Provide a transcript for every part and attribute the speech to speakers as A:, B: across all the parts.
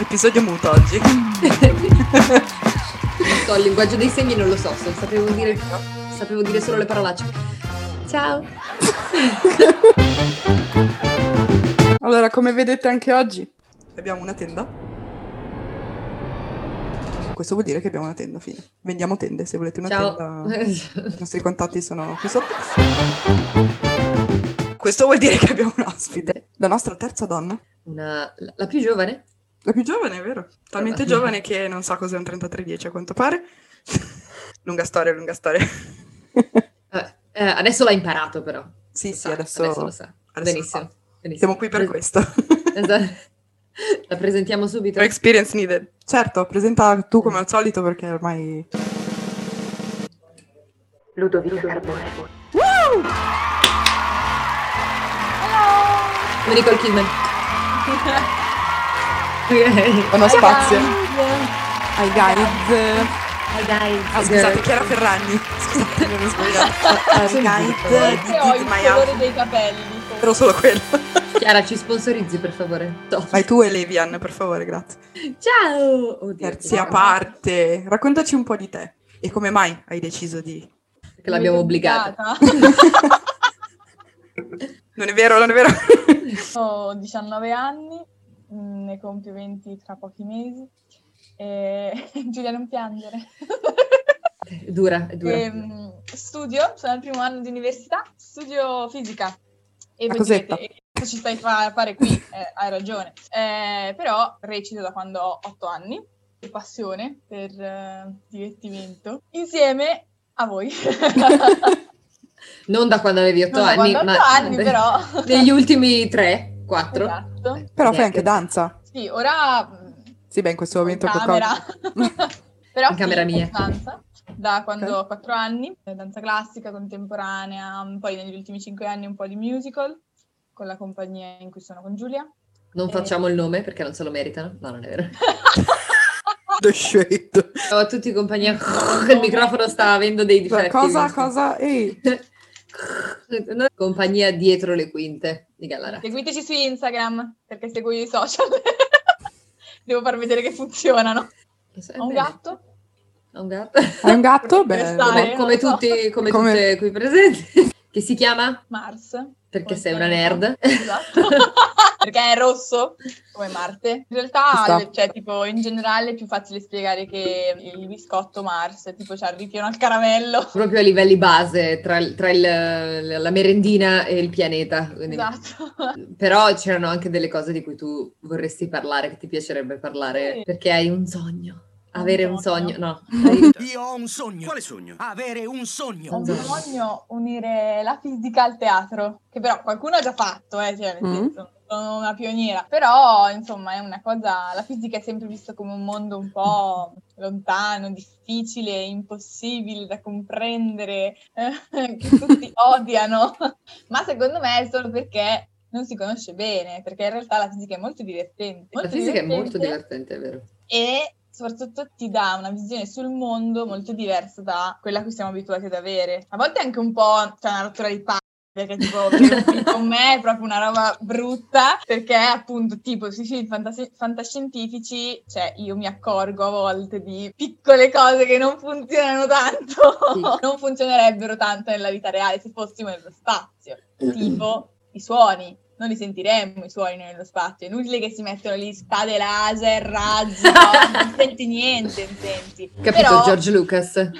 A: episodio muto oggi.
B: so, il linguaggio dei segni non lo so, so- sapevo, dire, sapevo dire solo le parolacce. Ciao!
C: Allora, come vedete anche oggi,
A: abbiamo una tenda. Questo vuol dire che abbiamo una tenda, fine. Vendiamo tende, se volete una
B: Ciao!
A: tenda. I nostri contatti sono qui sotto. Questo vuol dire che abbiamo un ospite. La nostra terza donna.
B: Una- la la più giovane?
A: La più giovane, è vero? Talmente giovane che non sa cos'è un 3310 a quanto pare. lunga storia, lunga storia.
B: Vabbè, eh, adesso l'ha imparato però. Lo
A: Sì, sì,
B: sa,
A: adesso,
B: lo sa.
A: adesso lo
B: benissimo,
A: fa.
B: benissimo.
A: Siamo qui per
B: Pres-
A: questo.
B: Esatto. La presentiamo subito.
A: No experience needed. Certo, presenta tu come al solito perché ormai...
D: Ludovico Carbone.
B: Come Nicole Kidman. Ok.
A: Uno spazio.
C: ai guys,
D: Oh,
A: Ah, scusate, Chiara Ferragni. Scusate, mi ero sbagliata. Guide di
E: Forse ho il
A: Did My
E: colore
A: House.
E: dei capelli. forse.
A: Però solo quello.
B: Chiara, ci sponsorizzi per favore. To.
A: Vai tu e Levian, per favore, grazie.
B: Ciao! Oddio,
A: Terzi a parte, raccontaci un po' di te e come mai hai deciso di...
B: Che l'abbiamo
E: Mi è
B: obbligata.
A: Non è vero, non è vero.
E: Ho 19 anni, mh, ne compio 20 tra pochi mesi. E... Giulia, non piangere.
B: È dura, è dura.
E: E, mh, studio, sono al primo anno di università, studio fisica. E
B: Ah,
A: La
E: voi
A: cosetta.
E: direte, "Eh, cosa ci stai fa- a fare qui? Eh, hai ragione. Eh, però recito da quando ho 8 anni, per passione, per eh, divertimento, insieme a voi.
B: Non da quando avevi 8
E: Non so
B: anni,
E: quando,
B: ma
E: otto anni però.
B: negli ultimi 3, 4.
E: Esatto.
A: Però fai anche danza.
E: Sì, ora mh,
A: Sì, beh, in questo
E: in
A: momento...
E: camera.
A: qualcosa-
E: Però
B: In camera
E: sì,
B: mia.
E: danza da quando
A: Ok.
E: ho 4 anni, eh, danza classica, contemporanea, un- poi negli ultimi 5 anni un po' di musical con la compagnia in cui sono con Giulia.
B: Non facciamo il nome perché non se lo meritano. No, non è vero.
A: The Shade.
B: Ciao a tutti compagnia. Il microfono sta avendo dei
A: Cioè,
B: difetti.
A: Cosa,
B: Basta.
A: cosa? Ehi,
B: Noi- Compagnia dietro le quinte di Gallara.
E: Seguiteci su Instagram perché seguo i social. Devo far vedere che funzionano.
B: Eh,
E: Ho un
B: bene.
E: gatto.
B: Ho un gatto.
A: hai un gatto?
E: Per
A: Beh,
B: Come,
E: stare. Eh,
B: come
E: non so.
B: tutti, come,
A: Come-
B: tutte qui presenti. Che si chiama?
E: Mars.
B: Perché
E: Come
B: sei
E: si
B: una
E: chiama?
B: nerd.
E: Esatto. perché è rosso come Marte. In
A: Ci
E: realtà,
A: sta.
E: cioè, tipo, in generale è più facile spiegare che il biscotto Mars, tipo, c'ha il ripieno al caramello.
B: Proprio a livelli base tra, il- tra il- la merendina e il pianeta. Quindi-
E: Esatto.
B: Però c'erano anche delle cose di cui tu vorresti parlare, che ti piacerebbe parlare,
E: Sì.
B: perché hai un sogno. Avere un sogno, no.
F: Io ho un sogno. Quale sogno? Avere un sogno.
E: Ho
B: Non so.
E: bisogno unire la fisica al teatro, che però qualcuno ha già fatto, eh, cioè, nel
C: Mm.
E: senso, sono una pioniera. Però, insomma, è una cosa, la fisica è sempre vista come un mondo un po' lontano, difficile, impossibile da comprendere, eh, che tutti odiano. Ma secondo me è solo perché non si conosce bene, perché in realtà la fisica è molto divertente.
B: La fisica è molto divertente, è vero.
E: e soprattutto ti dà una visione sul mondo molto diversa da quella a cui siamo abituati ad avere. A volte è anche un po' cioè, una rottura di palle. Perché tipo vedere un film con me è proprio una roba brutta, perché appunto tipo sui film fantasi- fantascientifici, cioè io mi accorgo a volte di piccole cose che non funzionano tanto,
B: Sì.
E: non funzionerebbero tanto nella vita reale se fossimo nello spazio tipo i suoni. Non li sentiremmo i suoni noi nello spazio. È inutile che si mettono lì spade laser, razzi, no? non senti niente, non senti.
B: Capito,
E: Però-
B: George Lucas?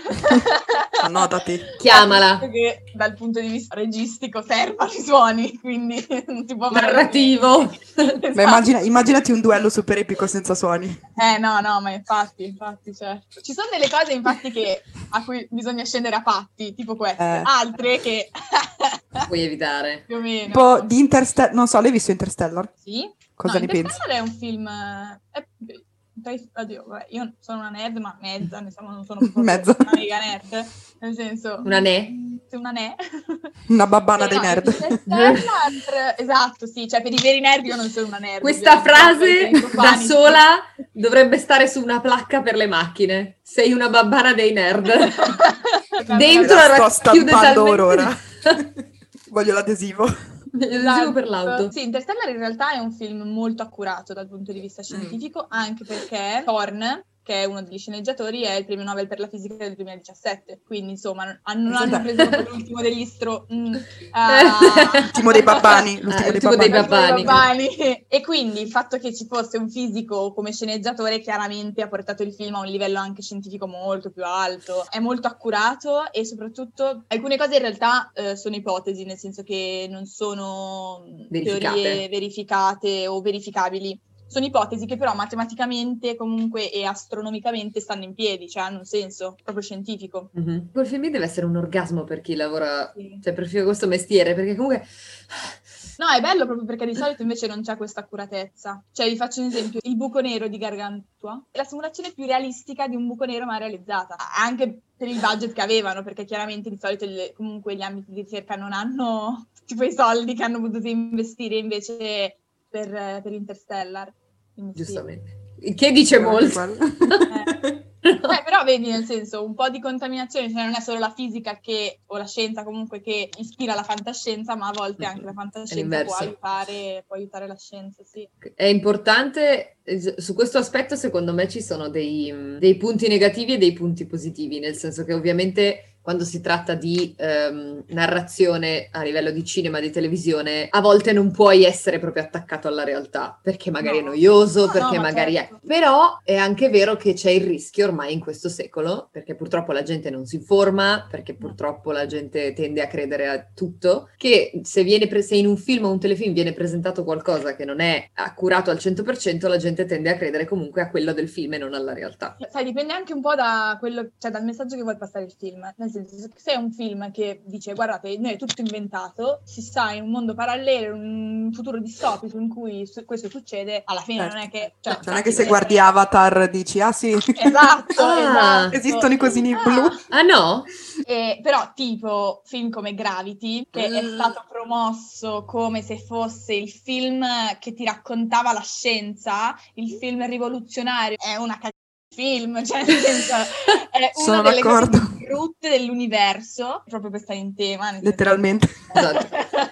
A: annotati.
B: Chiamala.
E: Che dal punto di vista registico servono i suoni, quindi non si può fare
B: Narrativo.
E: niente.
A: Beh, immagina- immaginati un duello super epico senza suoni.
E: Esatto. Eh no, no, ma infatti, infatti, certo. Ci sono delle cose infatti che, a cui bisogna scendere a patti, tipo queste,
A: Eh.
E: altre che
B: Puoi evitare.
E: più o meno.
A: Tipo di Interstellar, non so, l'hai visto Interstellar?
E: Sì.
A: Cosa
E: no,
A: ne pensi?
E: Interstellar è un film... eh, È, tra i- oddio, vabbè, io sono una nerd, ma mezza, ne siamo- non sono proprio
A: Mezza.
E: una mega nerd. Nel senso,
B: Una ne?
E: se una ne...
A: Una babbana dei
E: Eh, No,
A: nerd.
E: Interstellar, esatto, sì, cioè per i veri nerd io non sono una nerd.
B: Questa frase
E: ovviamente, per i
B: da
E: profani, sì.
B: sola dovrebbe stare su una placca per le macchine. Sei una babbana dei nerd. Dentro
A: La
B: la
A: sto
B: racchiude
A: stampando
B: talmente-
A: or ora. Voglio l'adesivo.
B: L'adesivo per l'auto.
E: Sì, Interstellar in realtà è un film molto accurato dal punto di vista scientifico, anche perché Thorne, che è uno degli sceneggiatori, è il premio Nobel per la fisica del 2017. Quindi, insomma, non hanno, non hanno preso proprio l'ultimo degli stro... mm, ah.
G: L'ultimo dei pappani. L'ultimo
B: Ah,
G: dei
B: l'ultimo dei
G: pappani.
B: pappani. Babbani.
E: Babbani. E quindi il fatto che ci fosse un fisico come sceneggiatore chiaramente ha portato il film a un livello anche scientifico molto più alto, è molto accurato e soprattutto alcune cose in realtà eh, sono ipotesi, nel senso che non sono mh,
B: Verificate.
E: teorie verificate o verificabili. Sono ipotesi che però matematicamente comunque e astronomicamente stanno in piedi, cioè hanno un senso proprio scientifico.
B: Mhm. Quel film lì deve essere un orgasmo per chi lavora, cioè per chi fa questo mestiere, perché comunque...
E: No, è bello proprio perché di solito invece non c'è questa accuratezza. Cioè, vi faccio un esempio: il buco nero di Gargantua è la simulazione più realistica di un buco nero mai realizzata, anche per il budget che avevano, perché chiaramente di solito il- comunque gli ambiti di ricerca non hanno tutti quei soldi che hanno potuto investire invece per, per Interstellar. Quindi sì.
B: Giustamente. Il Che dice molto.
A: Cioè,
E: Beh, Cioè, però vedi, nel senso, un po' di contaminazione, cioè non è solo la fisica che, o la scienza comunque che ispira la fantascienza, ma a volte anche la fantascienza può
B: l'inverso.
E: aiutare, può aiutare la scienza, sì.
B: È importante, eh, su questo aspetto secondo me ci sono dei, mh, dei punti negativi e dei punti positivi, nel senso che ovviamente quando si tratta di ehm, narrazione a livello di cinema, di televisione, a volte non puoi essere proprio attaccato alla realtà, perché magari è
E: No.
B: noioso,
E: No,
B: perché
E: no, ma
B: magari
E: certo.
B: è... Però è anche vero che c'è il rischio ormai in questo secolo, perché purtroppo la gente non si informa, perché purtroppo la gente tende a credere a tutto, che se, viene pre- se in un film o un telefilm viene presentato qualcosa che non è accurato al 100%, la gente tende a credere comunque a quello del film e non alla realtà.
E: Sai, dipende anche un po' da quello, cioè dal messaggio che vuoi passare il film. Nel senso, se è un film che dice guardate, noi è tutto inventato, si sta in un mondo parallelo, in un futuro distopico in cui su- questo succede, alla fine
G: Certo.
E: non è che... Cioè,
G: Non è che se guardi Avatar dici, ah sì,
E: Esatto,
B: Ah,
E: esatto.
G: esistono i cosini
E: Ah.
G: blu.
B: Ah no?
E: Eh, però tipo film come Gravity, che è
B: Mm.
E: stato promosso come se fosse il film che ti raccontava la scienza, il film rivoluzionario, è una cagata di film, cioè nel senso,
B: Esatto.
E: è una
G: Sono
E: delle
G: d'accordo.
E: cose più brutte dell'universo, proprio per stare in tema. nel senso-
G: Letteralmente.
B: Esatto.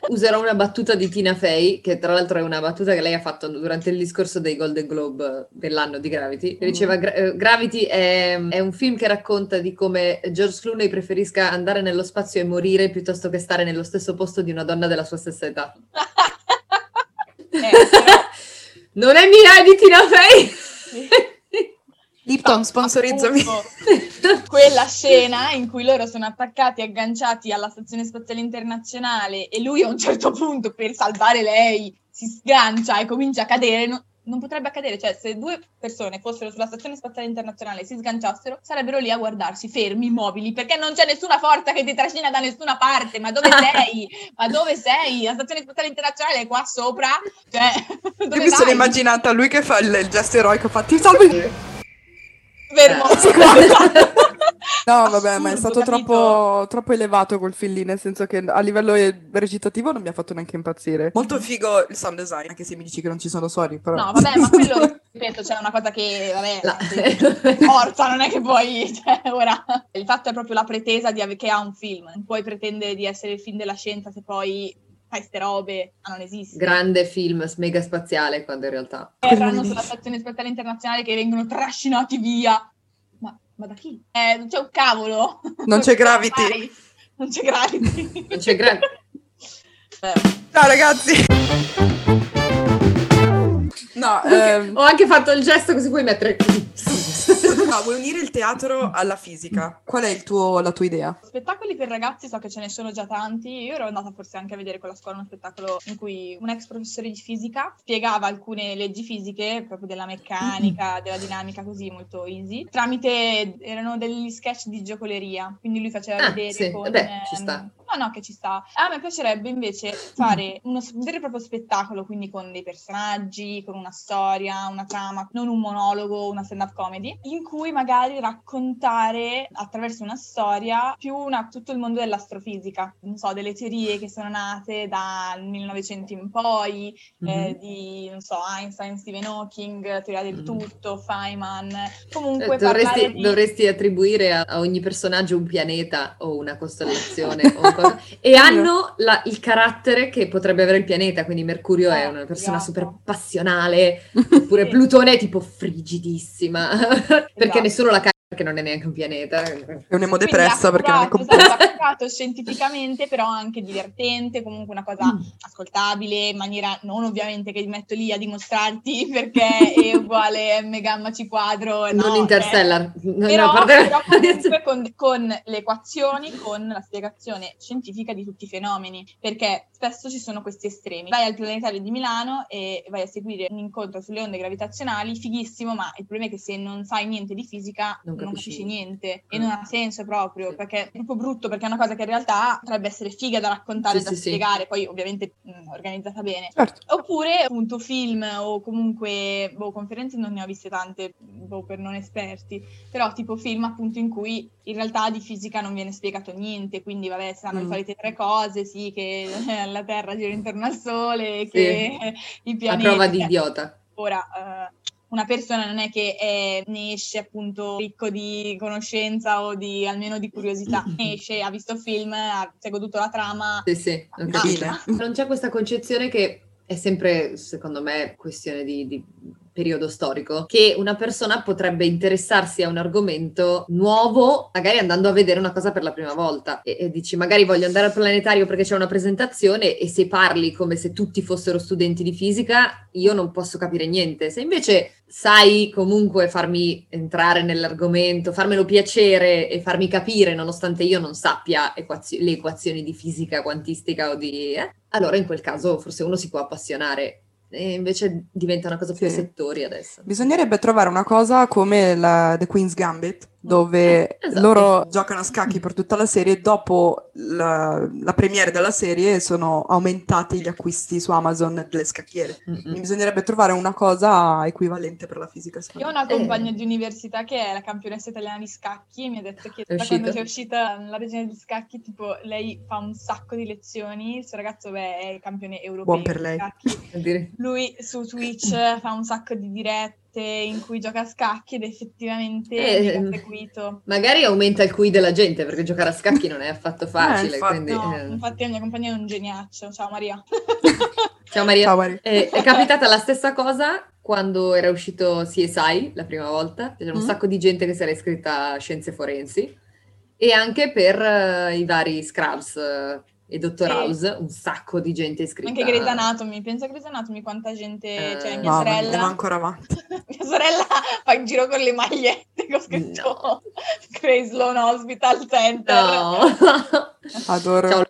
B: Userò una battuta di Tina Fey, che tra l'altro è una battuta che lei ha fatto durante il discorso dei Golden Globe dell'anno di Gravity. Che diceva: "Gra- eh, Gravity è, è un film che racconta di come George Clooney preferisca andare nello spazio e morire piuttosto che stare nello stesso posto di una donna della sua stessa età.
E: Eh, però-
B: non è mia, è di Tina Fey!
G: Lipton, sponsorizzami.
E: Appunto, quella scena in cui loro sono attaccati e agganciati alla stazione spaziale internazionale e lui a un certo punto per salvare lei si sgancia e comincia a cadere. no- non potrebbe accadere, cioè se due persone fossero sulla stazione spaziale internazionale e si sganciassero, sarebbero lì a guardarsi fermi, immobili, perché non c'è nessuna forza che ti trascina da nessuna parte. Ma dove sei? Ma dove sei? La stazione spaziale internazionale è qua sopra. Cioè, dove
G: Io mi sono
E: vai?
G: immaginata lui che fa il, il gesto eroico, fa ti salvo il-".
E: Fermo.
B: Eh, sì,
E: no,
G: No, vabbè, ma è stato troppo, troppo elevato quel film lì, nel senso che a livello eh, recitativo non mi ha fatto neanche impazzire. Molto figo il sound design, anche se mi dici che non ci sono suoni, però...
E: No, vabbè, ma quello, ripeto, c'è una cosa che, vabbè,
B: La-
E: sì, forza, non è che puoi, cioè, ora... Il fatto è proprio la pretesa di ave- che ha un film. Non puoi pretendere di essere il film della scienza se poi fai ste robe, ma non esiste.
B: Grande film s- mega spaziale, quando in realtà.
E: Eh, saranno sulla stazione spaziale internazionale che vengono trascinati via. Ma, ma da chi? Eh, non c'è un cavolo.
G: Non c'è Gravity.
E: Vai. Non c'è Gravity.
B: Non c'è gra-
E: Eh,
G: Ciao ragazzi! No, ehm,
B: Ho anche fatto il gesto così puoi mettere.
G: no, vuoi unire il teatro alla fisica? Qual è il tuo- la tua idea?
E: Spettacoli per ragazzi so che ce ne sono già tanti. Io ero andata forse anche a vedere con la scuola uno spettacolo in cui un ex professore di fisica spiegava alcune leggi fisiche, proprio della meccanica, della dinamica, così molto easy. Tramite erano degli sketch di giocoleria. Quindi lui faceva
B: Ah,
E: Eh, vedere
B: sì,
E: con. ehm,
B: beh, ci sta.
E: No, no, che ci sta. A me piacerebbe invece fare uno s- vero e proprio spettacolo, quindi con dei personaggi, con una storia, una trama, non un monologo, una stand-up comedy, in cui magari raccontare attraverso una storia più una- tutto il mondo dell'astrofisica, non so, delle teorie che sono nate dal 1900 in poi,
B: Mm-hmm.
E: eh, di, non so, Einstein, Stephen Hawking, teoria del
B: Mhm.
E: tutto, Feynman, comunque
B: Cioè,
E: parlare
B: dovresti,
E: di...
B: dovresti attribuire a, a ogni personaggio un pianeta o una costellazione o qualcosa cosa. E hanno la- il carattere che potrebbe avere il pianeta, quindi Mercurio è
E: Eh,
B: una persona
E: esatto.
B: super passionale, oppure
E: Sì.
B: Plutone è tipo frigidissima, perché
E: Esatto.
B: nessuno la caga, perché non è neanche un pianeta.
G: È un'emo
E: Quindi
G: depressa perché non è
E: accurato,
G: complessa.
E: esatto, accurato scientificamente, però anche divertente, comunque una cosa ascoltabile, in maniera non ovviamente che metto lì a dimostrarti perché è uguale m gamma c quadro. no,
B: non
E: cioè,
B: Interstellar. No,
E: Però,
B: no, a parte-
E: però comunque con, con le equazioni, con la spiegazione scientifica di tutti i fenomeni, perché spesso ci sono questi estremi. Vai al planetario di Milano e vai a seguire un incontro sulle onde gravitazionali, fighissimo, ma il problema è che se non sai niente di fisica
B: Non
E: non,
B: capisci
E: capisci niente e
B: Mm.
E: non ha senso proprio,
B: Sì.
E: perché è proprio brutto, perché è una cosa che in realtà potrebbe essere figa da raccontare,
B: Sì,
E: da
B: sì, sì.
E: spiegare, poi ovviamente mh, organizzata bene.
G: Certo.
E: Oppure appunto film o comunque boh, conferenze non ne ho viste tante boh, per non esperti, però tipo film appunto in cui in realtà di fisica non viene spiegato niente, quindi vabbè saranno le
G: Mm.
E: solite tre cose, sì che la Terra gira intorno al Sole, che i
B: a
E: pianeti...
B: prova di
E: cioè,
B: idiota.
E: Ora, eh, una persona non è che eh, ne esce appunto ricco di conoscenza o di almeno di curiosità, ne esce, ha visto film, ha, si è goduto la trama,
B: Sì, sì, ho
G: Ah,
B: capito.
G: sì.
B: Non c'è questa concezione che è sempre, secondo me, questione di, di periodo storico, che una persona potrebbe interessarsi a un argomento nuovo, magari andando a vedere una cosa per la prima volta. E, e dici, magari voglio andare al planetario perché c'è una presentazione e se parli come se tutti fossero studenti di fisica, io non posso capire niente. Se invece sai comunque farmi entrare nell'argomento, farmelo piacere e farmi capire, nonostante io non sappia equazio- le equazioni di fisica quantistica o di... eh, allora in quel caso forse uno si può appassionare. E invece diventa una cosa più a
G: Sì.
B: settori adesso.
G: Bisognerebbe trovare una cosa come la The Queen's Gambit,
E: Eh,
G: dove
B: esatto.
G: loro giocano a scacchi per tutta la serie e dopo la, la premiere della serie sono aumentati gli acquisti su Amazon delle scacchiere.
E: Mm,
B: Mm-mm.
G: Quindi bisognerebbe trovare una cosa equivalente per la fisica, secondo
E: Io ho
G: me.
E: una compagna di università che è la campionessa italiana di scacchi e mi ha detto che
B: È
E: da
B: uscita?
E: quando è uscita la regione di scacchi, tipo, lei fa un sacco di lezioni, il suo ragazzo beh, è campione europeo
G: Buon per
E: di
G: lei.
E: scacchi.
B: Per dire.
E: Lui su Twitch fa un sacco di dirette in cui gioca a scacchi ed effettivamente
B: Eh,
E: viene
B: ehm,
E: seguito.
B: Magari aumenta il QI della gente perché giocare a scacchi non è affatto facile.
G: infatti,
B: quindi,
E: No,
B: eh.
E: Eh, infatti la mia compagna è un geniaccio. Ciao Maria.
B: Ciao Maria.
G: Ciao, Mari.
B: Eh, è capitata la stessa cosa quando era uscito CSI la prima volta, c'era un
G: Mm.
B: sacco di gente che si era iscritta a Scienze Forensi e anche per eh, i vari Scrubs eh, e Dottor
E: Sì.
B: House, un sacco di gente iscritta.
E: Anche Grey's Anatomy, pensa a Grey's Anatomy quanta gente,
B: Eh,
E: cioè mia
G: Mamma mia,
E: sorella...
G: andiamo ancora avanti.
E: Mia sorella fa in giro con le magliette che ho scritto Crazy Loan Hospital Center.
B: No.
G: Adoro.
B: Ciao.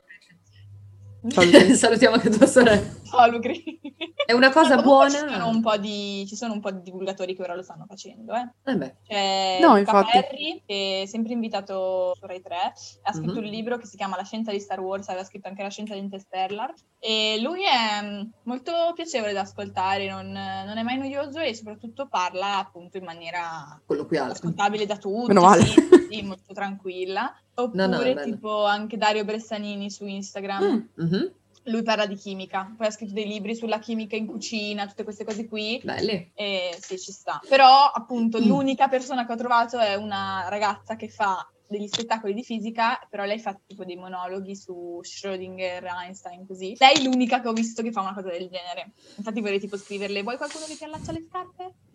G: Ciao, Luca.
B: Salutiamo anche tua sorella.
E: Ciao, Lucri.
B: È una cosa
E: Comunque
B: buona.
E: Ci sono, un po di, ci sono un po' di divulgatori che ora lo stanno facendo, eh.
B: Eh beh,
E: C'è
G: No,
E: Luca
G: infatti.
E: Ferri, che è sempre invitato su Rai 3, ha scritto
B: Mhm.
E: un libro che si chiama La scienza di Star Wars, aveva scritto anche La scienza di Interstellar, e lui è mm, molto piacevole da ascoltare, non, non è mai noioso e soprattutto parla appunto in maniera
B: colloquiale.
E: ascoltabile da tutti,
G: Meno male.
E: Sì, sì, molto tranquilla. Oppure
B: No, no, è bello.
E: tipo anche Dario Bressanini su Instagram,
G: Mm,
B: Mhm,
E: lui parla di chimica, poi ha scritto dei libri sulla chimica in cucina, tutte queste cose qui.
B: Belli.
E: E sì, ci sta. Però appunto
G: Mm.
E: l'unica persona che ho trovato è una ragazza che fa degli spettacoli di fisica, però lei fa tipo dei monologhi su Schrödinger, Einstein, così. Lei è l'unica che ho visto che fa una cosa del genere. Infatti vorrei tipo scriverle, vuoi qualcuno che ti allaccia le scarpe?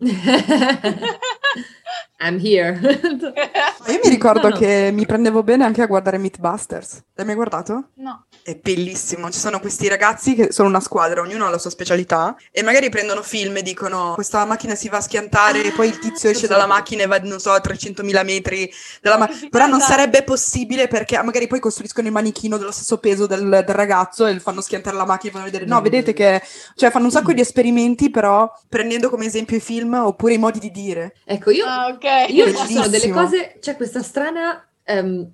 B: I'm here.
G: Ma Io mi ricordo
B: No, no.
G: che mi prendevo bene anche a guardare Mythbusters. L'hai mai guardato?
E: no.
G: È bellissimo, ci sono questi ragazzi che sono una squadra, ognuno ha la sua specialità e magari prendono film e dicono questa macchina si va a schiantare e poi il tizio
B: Ah,
G: esce
B: sì.
G: dalla macchina e va, non so, a 300.000 metri dalla ma-
E: Che figata.
G: Però
B: esatto.
G: non sarebbe possibile perché ah, magari poi costruiscono il manichino dello stesso peso del, del ragazzo e lo fanno schiantare la macchina e fanno vedere. No,
B: Mm.
G: vedete che... Cioè fanno un sacco di esperimenti però prendendo come esempio i film oppure i modi di dire.
B: Ecco, io
E: Ah, ok.
B: Io ci sono delle
G: Bellissimo.
B: cose, c'è questa strana. ehm,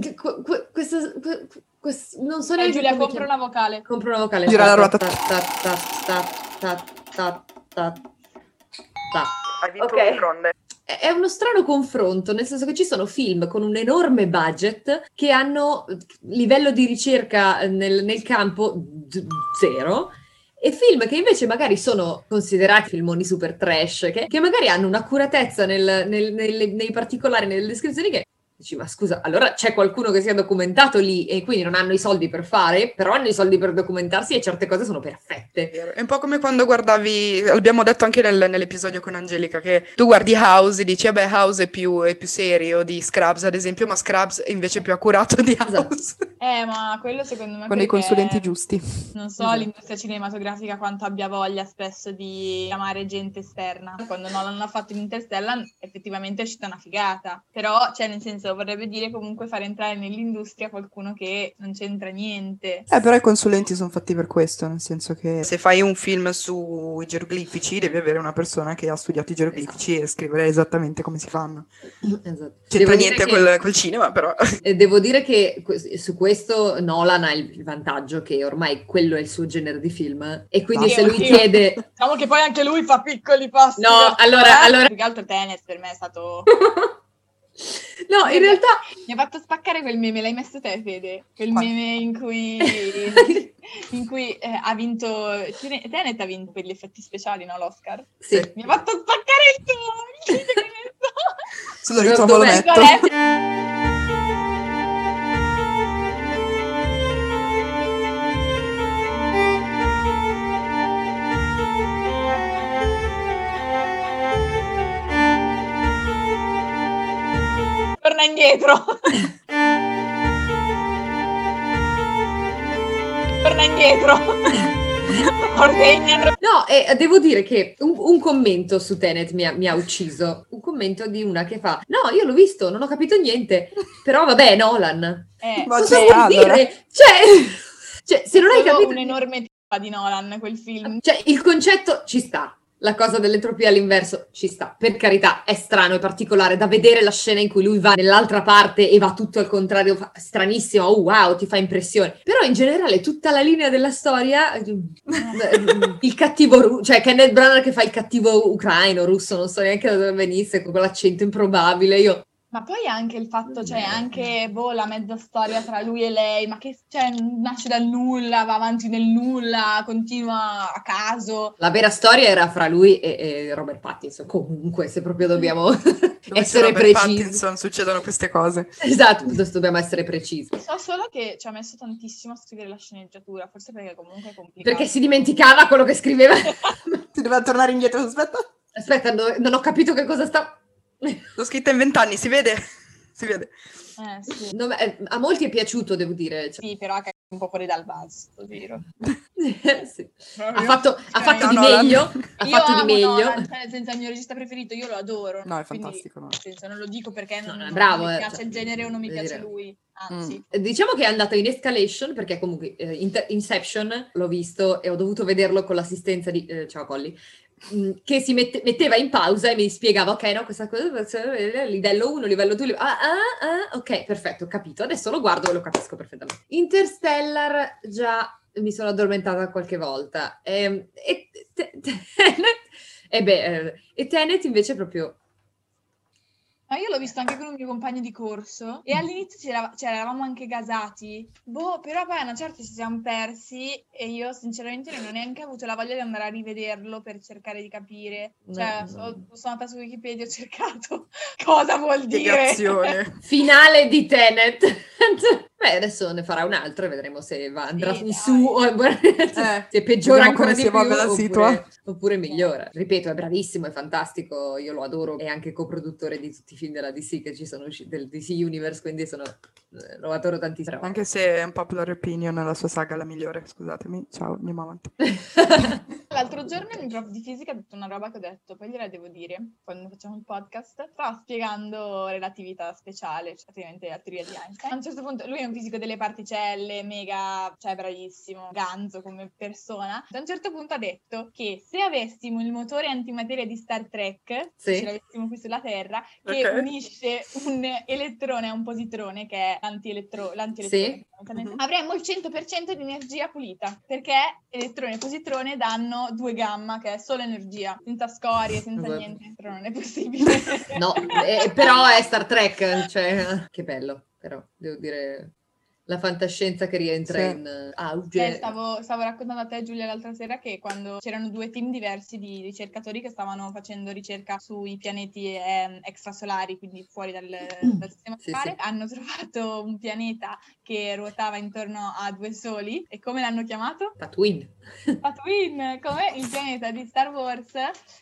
B: che- que- que- questa, que- quest- non so
E: Eh,
B: neanche
E: Giulia,
B: come
E: compra
B: chiam-
E: una vocale.
B: compro una vocale.
G: Gira la ruota.
B: Ta, ta, ta, ta, ta, ta, ta, ta.
G: Hai vinto
B: Ok. È è uno strano confronto, nel senso che ci sono film con un enorme budget che hanno eh, livello di ricerca eh, nel, nel campo d- zero e film che invece magari sono considerati filmoni super trash, che, che magari hanno un'accuratezza nel- nel- nelle- nei particolari, nelle descrizioni che Dici, ma scusa, allora c'è qualcuno che si è documentato lì e quindi non hanno i soldi per fare, però hanno i soldi per documentarsi e certe cose sono perfette.
H: È un po' come quando guardavi, abbiamo detto anche nel- nell'episodio con Angelica, che tu guardi House e dici, vabbè, House è più, è più serio di Scrubs, ad esempio, ma Scrubs è invece più accurato di
B: Esatto.
H: House.
E: Eh, ma quello secondo me...
G: con i
E: perché-
G: consulenti giusti.
E: Non so
B: Esatto.
E: l'industria cinematografica quanto abbia voglia spesso di chiamare gente esterna. Quando Nolan l'ha fatto in Interstellar effettivamente è uscita una figata. Però, cioè, nel senso, vorrebbe dire comunque far entrare nell'industria qualcuno che non c'entra niente.
G: Eh, però i consulenti sono fatti per questo, nel senso che
H: Se fai un film sui geroglifici, devi avere una persona che ha studiato i geroglifici e scrivere esattamente come si fanno.
B: Esatto.
H: C'entra
B: Devo dire
H: niente
B: che-
H: col, col cinema, però.
B: Eh, Devo dire che que- su questo Nolan ha il il vantaggio che ormai quello è il suo genere di film e quindi
E: Sì,
B: se lui
E: oddio.
B: chiede
E: Diciamo che poi anche lui fa piccoli passi. Eh,
B: No,
E: verso
B: allora-
E: l'avanti.
B: allora-
E: Più che altro Tenet per me è stato...
B: No, in realtà
E: Mi ha fatto spaccare quel meme, l'hai messo te, Fede? Quel
G: Quale?
E: meme in cui, in cui eh, ha vinto... Tenet ha vinto per gli effetti speciali, no? L'Oscar.
B: sì.
E: Mi ha fatto spaccare il tuo! il video che ne
G: se
E: so.
G: lo ritrovo lo
B: Dov'è?
G: metto.
E: Nicoletta, Torna indietro. Torna indietro. Ordegna.
B: No, e devo dire che un, un commento su Tenet mi ha, mi ha ucciso. Un commento di una che fa: No, io l'ho visto, non ho capito niente. Però vabbè, Nolan.
E: Eh,
G: Ma
B: Cosa
G: c'è,
B: vuol
G: allora.
B: dire? Cioè, cioè, se non hai
E: solo
B: capito.
E: un'enorme tipa di Nolan quel film.
B: Cioè, il concetto ci sta. La cosa dell'entropia all'inverso ci sta. Per carità, è strano, è particolare. Da vedere la scena in cui lui va nell'altra parte e va tutto al contrario, fa- stranissimo. Oh, wow, ti fa impressione. Però in generale, tutta la linea della storia. il cattivo, ru- cioè Kenneth Branagh che fa il cattivo ucraino, russo, non so neanche da dove venisse, con quell'accento improbabile. Io,
E: Ma poi anche il fatto, cioè anche boh, la mezza storia tra lui e lei, ma che cioè, nasce dal nulla, va avanti nel nulla, continua a caso.
B: la vera storia era fra lui e, e Robert Pattinson. Comunque, se proprio dobbiamo
H: Dove c'è
B: essere
H: Robert
B: precisi.
H: Pattinson succedono queste cose.
B: Esatto, dobbiamo essere precisi.
E: So solo che ci ha messo tantissimo a scrivere la sceneggiatura, forse perché comunque è complicato.
B: Perché si dimenticava quello che scriveva.
G: Si doveva tornare indietro, aspetta.
B: Aspetta, no- non ho capito che cosa sta.
H: L'ho scritta in vent'anni, si vede? Si vede.
E: Eh, sì.
B: No, ma, eh, a molti è piaciuto, devo dire. cioè.
E: Sì, però è un po' fuori dal vaso, sto giro.
B: cioè, Sì. Ha fatto, ha
H: No,
B: fatto di
H: no,
B: meglio. Ha
E: Io
B: fatto
E: amo
B: di meglio.
E: Nolan, cioè, nel senso, è il mio regista preferito, io lo adoro.
G: No, è
E: quindi,
G: fantastico, no.
E: nel senso, non lo dico perché
B: No,
E: non,
B: no, è
E: non
B: bravo,
E: mi
B: eh,
E: piace
B: cioè,
E: il genere o non mi
B: voglio
E: piace
B: dire- Mm.
E: lui, anzi.
B: Diciamo che è andata in escalation perché comunque eh, Inter- Inception l'ho visto e ho dovuto vederlo con l'assistenza di... eh, ciao Colli. mm, Che si mette- metteva in pausa e mi spiegava, ok, no, questa cosa, eh, livello 1, livello 2, ah, ah, ah, ok, perfetto, ho capito, adesso lo guardo e lo capisco perfettamente. Interstellar già mi sono addormentata qualche volta. Ehm, E, te- Tenet- e beh, eh, e Tenet invece proprio...
E: Ma io l'ho visto anche con un mio compagno di corso e all'inizio c'era- cioè, eravamo anche gasati. Boh, però poi a una certa ci siamo persi e io sinceramente non ho neanche avuto la voglia di andare a rivederlo per cercare di capire. Cioè,
B: No.
E: so- sono andata su Wikipedia e ho cercato cosa vuol dire.
H: Spiegazione.
B: Finale di Tenet. Beh, adesso ne farà un altro e vedremo se va- andrà
E: Sì,
B: in
E: dai.
B: su o se
G: Eh, vediamo
B: peggiora ancora
G: come
B: di
G: si evolve
B: più
G: la
B: oppure,
G: situa.
B: oppure migliora. Ripeto, è bravissimo, è fantastico, io lo adoro, è anche coproduttore di tutti i film della DC che ci sono usciti, del DC Universe, quindi sono, eh, lo adoro tantissimo.
H: Anche se è un popular opinion, la sua saga è la migliore, scusatemi. Ciao, andiamo avanti.
G: Eh,
E: L'altro giorno il mio prof di fisica ha detto una roba che ho detto, poi gliela devo dire quando facciamo il podcast. Stava spiegando relatività speciale, cioè praticamente la teoria di Einstein. A un certo punto, lui è un fisico delle particelle, mega, cioè bravissimo, ganzo come persona. Ad un certo punto ha detto che se avessimo il motore antimateria di Star Trek, se
B: Sì.
E: ce l'avessimo qui sulla Terra, che
H: Ok.
E: unisce un elettrone a un positrone, che è l'antielettrone, l'antielettrone fondamentalmente, avremmo il 100% di energia pulita, perché elettrone e positrone danno 2 gamma, che è solo energia, senza scorie, senza
B: Vabbè.
E: niente, però non è possibile.
B: eh, No, eh, però è Star Trek, cioè, che bello, però devo dire... la fantascienza che rientra
G: Sì.
B: in auge.
E: Eh, stavo, stavo raccontando a te Giulia l'altra sera che quando c'erano due team diversi di ricercatori che stavano facendo ricerca sui pianeti ehm, extrasolari, quindi fuori dal, dal sistema
B: Mm. Sì,
E: solare,
B: sì.
E: hanno trovato un pianeta che ruotava intorno a due soli e come l'hanno chiamato?
B: Tatooine.
E: Tatooine, come il pianeta di Star Wars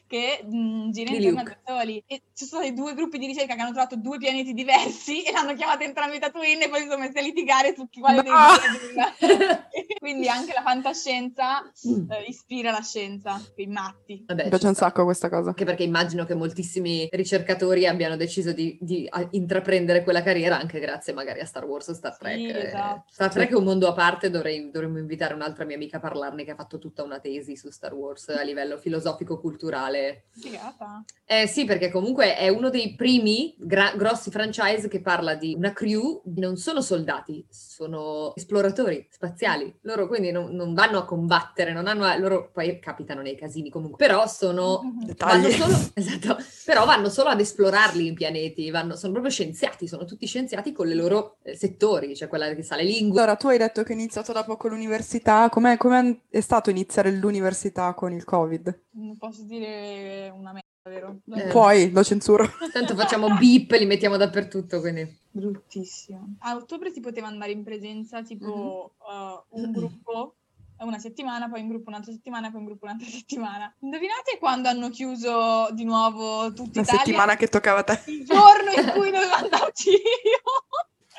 E: che mh, gira
B: Di
E: intorno a
B: Luke.
E: due soli. E ci sono stati due gruppi di ricerca che hanno trovato due pianeti diversi e l'hanno chiamata entrambi Tatooine e poi si sono messi a litigare su chi quale dei
G: No!
E: due è Duna. Quindi anche la fantascienza
B: Mm.
E: eh, ispira la scienza, quei matti.
B: Vabbè,
G: Mi
B: ci
G: piace un
B: sta.
G: sacco questa cosa.
B: Anche perché immagino che moltissimi ricercatori abbiano deciso di, di, a- intraprendere quella carriera anche grazie magari a Star Wars o Star Trek.
E: Sì,
B: Eh,
E: esatto.
B: Star Trek è un mondo a parte, dovrei- dovremmo invitare un'altra mia amica a parlarne che ha fatto tutta una tesi su Star Wars a livello filosofico-culturale.
E: Figata.
B: Eh sì, perché comunque è uno dei primi gra- grossi franchise che parla di una crew, non sono soldati, sono esploratori spaziali. Loro quindi non, non vanno a combattere, non hanno, loro poi capitano nei casini comunque, però sono...
E: Mhm.
B: Vanno
H: Dettagli.
B: solo, esatto, però vanno solo ad esplorarli i pianeti, vanno- sono proprio scienziati, sono tutti scienziati con i loro eh, settori, cioè quella che sa le lingue,
G: Allora, tu hai detto che hai iniziato da poco l'università. Com'è, com'è è stato iniziare l'università con il Covid?
E: Non posso dire una merda, vero?
B: Eh.
G: Poi lo censuro.
B: tanto facciamo beep, li mettiamo dappertutto, quindi...
E: Bruttissimo. A ottobre si poteva andare in presenza tipo eh, un gruppo eh, una settimana, poi in gruppo un'altra settimana, poi in gruppo un'altra settimana. Indovinate quando hanno chiuso di nuovo tutta
H: La
E: Italia?
H: settimana che toccava a te.
E: Il giorno in cui dovevo andarci io.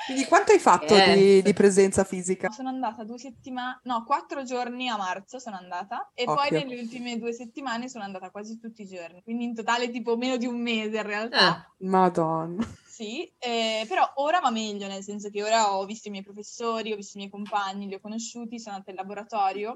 G: Quindi quanto hai fatto
B: Eh.
G: di, di presenza fisica?
E: Sono andata due settimane, no, quattro giorni a marzo sono andata e poi
G: Occhio.
E: nelle ultime due settimane sono andata quasi tutti i giorni, quindi in totale tipo meno di un mese in realtà.
B: Ah,
G: Madonna.
E: Sì, eh, però ora va meglio, nel senso che ora ho visto i miei professori, ho visto i miei compagni, li ho conosciuti, sono andata in laboratorio.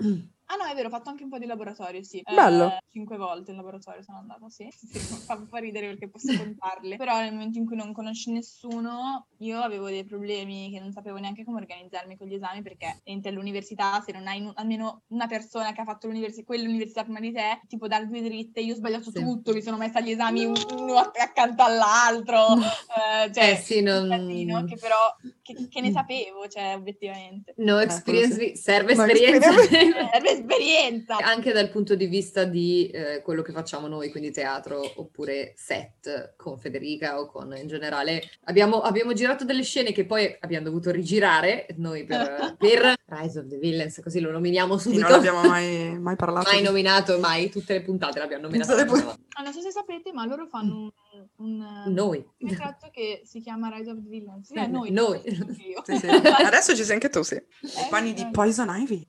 E: Ah no, è vero, ho fatto anche un po' di laboratorio, sì. Eh,
G: Bello.
E: cinque volte in laboratorio sono andata, sì. Sì, sì, fa un po' ridere perché posso contarle. Però nel momento in cui non conosci nessuno, io avevo dei problemi che non sapevo neanche come organizzarmi con gli esami perché entri all'università, se non hai nu- almeno una persona che ha fatto l'università, quell'università prima di te, tipo dar due dritte, io ho sbagliato
B: Sì.
E: tutto, mi sono messa agli esami uno accanto all'altro. Eh, cioè,
B: Eh, sì, non-
E: un casino che però che, che ne sapevo, cioè, obiettivamente.
B: no experience,
G: quello
B: serve
G: No
B: esperienza.
E: Eh, Serve esperienza.
B: anche dal punto di vista di eh, quello che facciamo noi, quindi teatro oppure set con Federica o con in generale. Abbiamo, abbiamo girato delle scene che poi abbiamo dovuto rigirare noi per, per Rise of the Villains, così lo nominiamo
H: Sì,
B: subito.
H: non l'abbiamo mai, mai parlato.
B: mai
H: di-
B: nominato, mai tutte le puntate l'abbiamo nominato.
H: Tutte le
E: Ah, Non so se sapete, ma loro fanno un, un,
B: Noi.
E: un ritratto che si chiama Rise of the Villains. Sì,
B: Eh,
E: noi.
B: noi.
E: Io.
H: Sì, sì. Adesso ci sei anche tu, sì.
E: Eh,
H: I panni di
E: eh,
H: Poison Ivy.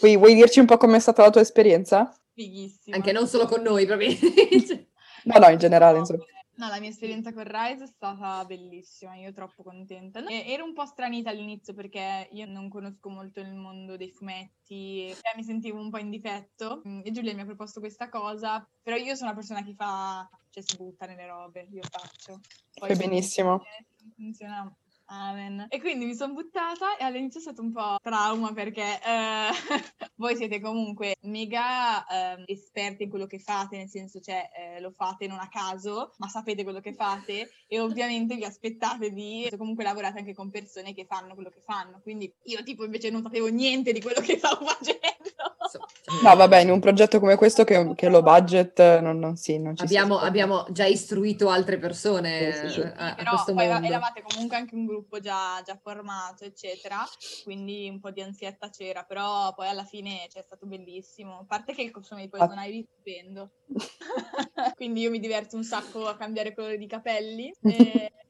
A: Vuoi, vuoi dirci un po' com'è stata la tua esperienza?
E: Fighissimo.
B: Anche non solo con noi, Cioè, probabilmente.
A: No, no, in generale, insomma.
E: No, la mia esperienza con Rise è stata bellissima, io troppo contenta. E- ero un po' stranita all'inizio perché io non conosco molto il mondo dei fumetti, e mi sentivo un po' in difetto Mm, e Giulia mi ha proposto questa cosa, però io sono una persona che fa, cioè si butta nelle robe, io faccio. Poi
A: Fai
E: se non
A: benissimo.
E: funziona, Funziona. Amen. E quindi mi sono buttata e all'inizio è stato un po' trauma perché eh, voi siete comunque mega ehm, esperti in quello che fate, nel senso cioè eh, lo fate non a caso, ma sapete quello che fate e ovviamente vi aspettate di comunque lavorate anche con persone che fanno quello che fanno. Quindi io tipo invece non sapevo niente di quello che stavo facendo.
B: Insomma,
A: No, vabbè, in un progetto come questo che, che è low budget, eh, non, non, sì, non ci si
B: Abbiamo,
A: aspetta.
B: abbiamo già istruito altre persone
A: Sì, sì, sì.
B: eh, a, a
E: però
B: questo
E: poi va-
B: mondo.
E: eravate comunque anche un gruppo già, già formato, eccetera, quindi un po' di ansietta c'era, però poi alla fine cioè, è stato bellissimo. A parte che il costume
B: Ah.
E: di Poison Ivy è stupendo, quindi io mi diverto un sacco a cambiare colore di capelli. E...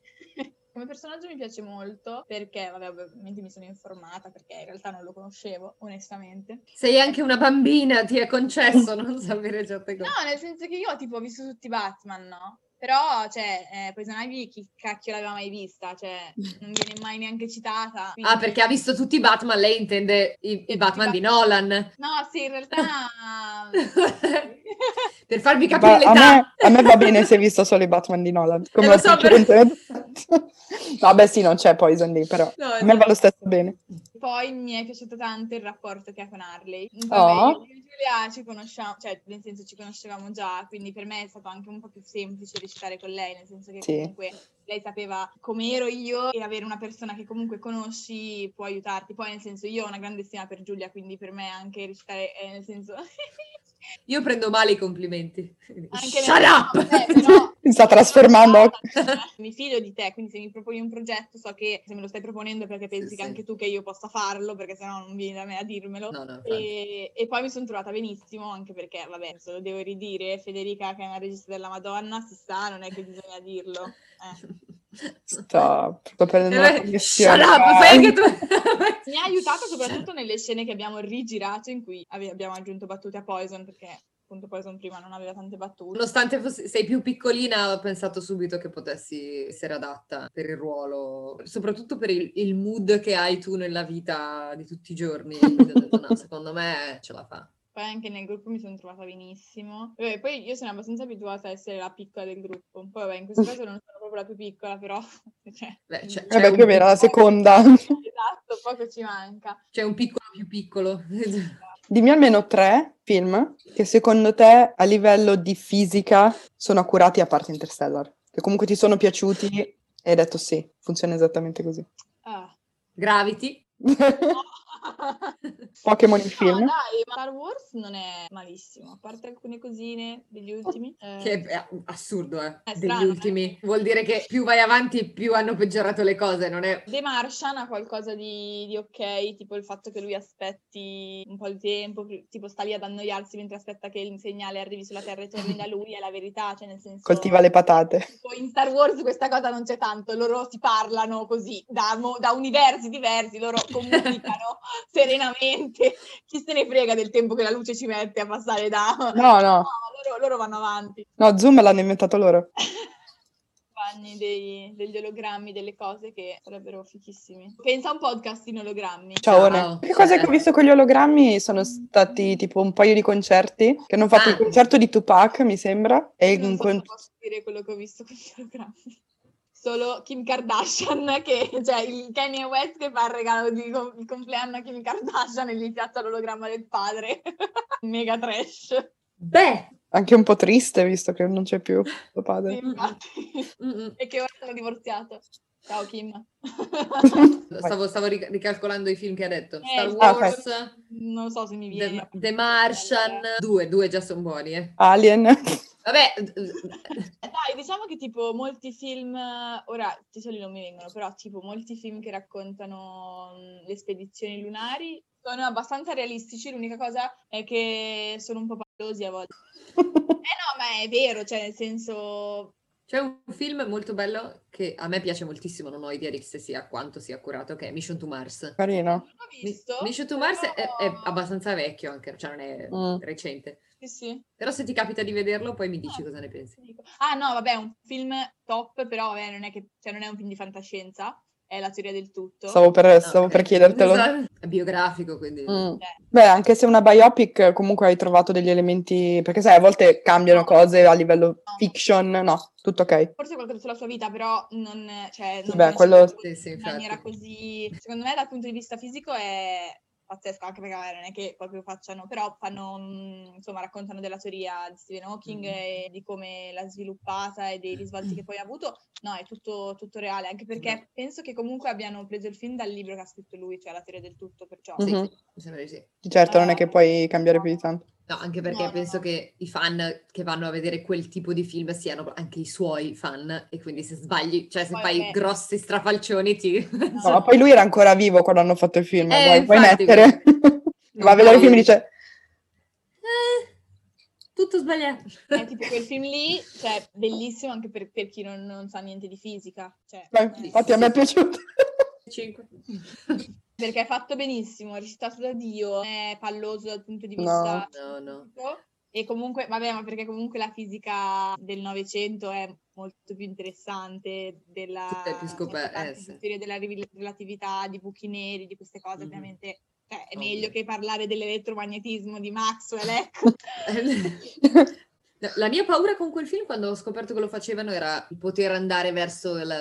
E: Come personaggio mi piace molto perché, vabbè, ovviamente mi sono informata perché in realtà non lo conoscevo, onestamente.
B: Sei anche una bambina, ti è concesso non sapere certe cose.
E: No, nel senso che io tipo ho visto tutti i Batman, no? Però, cioè, eh, Poison Ivy chi cacchio l'aveva mai vista? Cioè, non viene mai neanche citata. quindi-
B: Ah, perché ha visto tutti i Batman, lei intende i, i Batman di Nolan.
E: No, sì, in realtà...
B: per farvi
A: Ba-
B: capire
A: a,
B: l'età.
A: me, a me va bene se hai visto solo i Batman di Nolan. Come
B: lo
A: ho
B: so,
A: detto
B: però-
A: recentemente. Vabbè, sì, non c'è Poison lì, però
B: No,
A: a me va lo stesso bene.
E: Poi mi è piaciuto tanto il rapporto che ha con Harley.
A: Oh.
E: Vabbè, io- Giulia ci conosciamo, cioè nel senso ci conoscevamo già, quindi per me è stato anche un po' più semplice recitare con lei, nel senso che
A: Sì.
E: comunque lei sapeva come ero io e avere una persona che comunque conosci può aiutarti. Poi nel senso io ho una grande stima per Giulia, quindi per me anche recitare è nel senso...
B: Io prendo male i complimenti.
E: anche
B: Shut
E: nel-
B: up!
E: Eh, però-
A: Mi sta trasformando.
E: Mi fido di te, quindi se mi proponi un progetto so che se me lo stai proponendo è perché pensi
B: Sì,
E: che
B: sì.
E: anche tu che io possa farlo, perché sennò non vieni da me a dirmelo.
B: No, certo. no, infatti.
E: E, e poi mi sono trovata benissimo, anche perché, vabbè, se lo devo ridire, Federica, che è una regista della Madonna, si sa, non è che bisogna dirlo. Eh.
A: Sto, sto prendendo una
B: Eh, Shut
A: connessione.
B: up, fai anche tu.
E: Mi ha aiutato soprattutto nelle scene che abbiamo rigirato, in cui ave- abbiamo aggiunto battute a Poison, perché appunto Poison prima non aveva tante battute.
B: Nonostante fossi- sei più piccolina, ho pensato subito che potessi essere adatta per il ruolo, soprattutto per il, il mood che hai tu nella vita di tutti i giorni. Quindi ho detto, no, secondo me ce la fa.
E: Poi anche nel gruppo mi sono trovata benissimo. Vabbè, poi io sono abbastanza abituata a essere la piccola del gruppo. Poi vabbè, in questo caso non sono proprio la più piccola, però... cioè,
B: Beh, c'è- c'è
A: Vabbè,
B: un
A: più o meno la seconda.
E: Esatto, poco ci manca.
B: C'è un piccolo più piccolo.
A: Dimmi almeno tre film che secondo te a livello di fisica sono accurati a parte Interstellar, che comunque ti sono piaciuti e hai detto sì, funziona esattamente così.
E: Ah.
B: Gravity.
A: Pokémon in film.
E: No, dai, ma Star Wars non è malissimo, a parte alcune cosine degli ultimi. eh,
B: Che è assurdo, eh,
E: È
B: degli
E: strano,
B: ultimi. Vuol dire che più vai avanti, più hanno peggiorato le cose, non è...
E: The Martian ha qualcosa di, di ok, tipo il fatto che lui aspetti un po' di tempo, pri- tipo sta lì ad annoiarsi mentre aspetta che il segnale arrivi sulla Terra e torni da lui, è la verità, cioè nel senso...
A: Coltiva le patate.
E: tipo, in Star Wars questa cosa non c'è tanto, loro si parlano così, da, mo- da universi diversi, loro comunicano serenamente, chi se ne frega del tempo che la luce ci mette a passare da...
A: No, no,
E: loro, loro vanno avanti.
A: no, Zoom l'hanno inventato loro.
E: Bagni dei- degli ologrammi, delle cose che sarebbero fichissimi. Pensa a un podcast in ologrammi.
A: Ciao.
B: Ciao.
A: Che cosa che ho visto con gli ologrammi sono stati tipo un paio di concerti che hanno fatto
B: Ah.
A: il concerto di Tupac, mi sembra, e
E: Non
A: un
E: so
A: con-
E: se posso dire quello che ho visto con gli ologrammi. Solo Kim Kardashian, che, cioè il Kanye West che fa il regalo di com- il compleanno a Kim Kardashian e gli piazza l'ologramma del padre. Mega trash.
B: Beh,
A: anche un po' triste visto che non c'è più suo
E: Sì,
A: padre.
E: infatti.
B: mm, mm.
E: e che ora sono divorziato. Ciao Kim.
B: Stavo, stavo ric- ricalcolando i film che ha detto.
E: Eh,
B: Star
A: ah,
B: Wars,
E: non so se mi viene.
B: The, The Martian, due, due già sono buoni. eh.
A: Alien.
B: Vabbè,
E: Eh, Dai, diciamo che tipo molti film, eh, ora di solito non mi vengono, però tipo molti film che raccontano mh, le spedizioni lunari sono abbastanza realistici, l'unica cosa è che sono un po' pallosi a volte. Eh no, ma è vero, cioè nel senso...
B: c'è un film molto bello che a me piace moltissimo, non ho idea di se sia quanto sia accurato, che è Mission to Mars.
A: Carino.
E: Non l'ho
B: Mi-
E: visto.
B: Mission to Mars è,
E: però-
B: è abbastanza vecchio anche, cioè non è
A: Mm.
B: recente.
E: Sì, sì.
B: Però se ti capita di vederlo poi mi dici cosa ne pensi.
E: Dico. Ah no, vabbè, è un film top, però vabbè, non, è che, cioè, non è un film di fantascienza, è la teoria del tutto.
A: Stavo per, stavo
B: Ok.
A: per chiedertelo.
B: Eh, esatto. È biografico, quindi...
A: Mm.
E: Cioè,
A: Beh, anche se è una biopic, comunque hai trovato degli elementi. Perché sai, a volte cambiano cose a livello fiction, no, tutto ok.
E: forse qualcosa sulla sua vita, però non, cioè, non
A: beh,
E: conoscevo
A: quello-
B: Sì, sì,
E: in
B: infatti.
E: maniera così. Secondo me, dal punto di vista fisico, è pazzesco, anche perché vabbè, non è che proprio facciano, però fanno, mm, insomma, raccontano della teoria di Stephen Hawking
B: Mm.
E: e di come l'ha sviluppata e dei risvolti che poi ha avuto. No, è tutto, tutto reale, anche perché
B: Beh.
E: penso che comunque abbiano preso il film dal libro che ha scritto lui, cioè la teoria del tutto, perciò.
B: Sì, sì,
A: Mhm.
B: mi sembra di sì.
A: Di certo, non è che puoi cambiare più di tanto.
B: No, anche perché
E: No, no,
B: penso
E: no.
B: che i fan che vanno a vedere quel tipo di film siano anche i suoi fan e quindi se sbagli, cioè se
E: Poi,
B: fai
E: vabbè.
B: grossi strafalcioni ti...
A: No,
E: esatto.
A: ma poi lui era ancora vivo quando hanno fatto il film.
B: Eh,
A: vuoi, vuoi
B: infatti,
A: mettere? Va a vedere il
B: puoi.
A: film e dice:
B: Eh, tutto sbagliato.
E: È tipo quel film lì, cioè, bellissimo anche per, per chi non, non sa niente di fisica. Cioè,
A: "Beh,
E: eh.
A: Infatti, a me è piaciuto.
B: Cinque.
E: Perché è fatto benissimo, è recitato da Dio, è palloso dal punto di
A: No.
E: vista
B: No, no.
E: fisico, E comunque, vabbè, ma perché comunque la fisica del Novecento è molto più interessante della,
B: Sì, è più scoperta,
E: molto tanto
B: eh,
E: più
B: sì.
E: teoria della rivil- relatività, di buchi neri, di queste cose,
B: Mhm.
E: ovviamente. Cioè, è
B: Ovvio.
E: meglio che parlare dell'elettromagnetismo di Maxwell, ecco.
B: Eh, No, La mia paura con quel film quando ho scoperto che lo facevano era il poter andare verso la-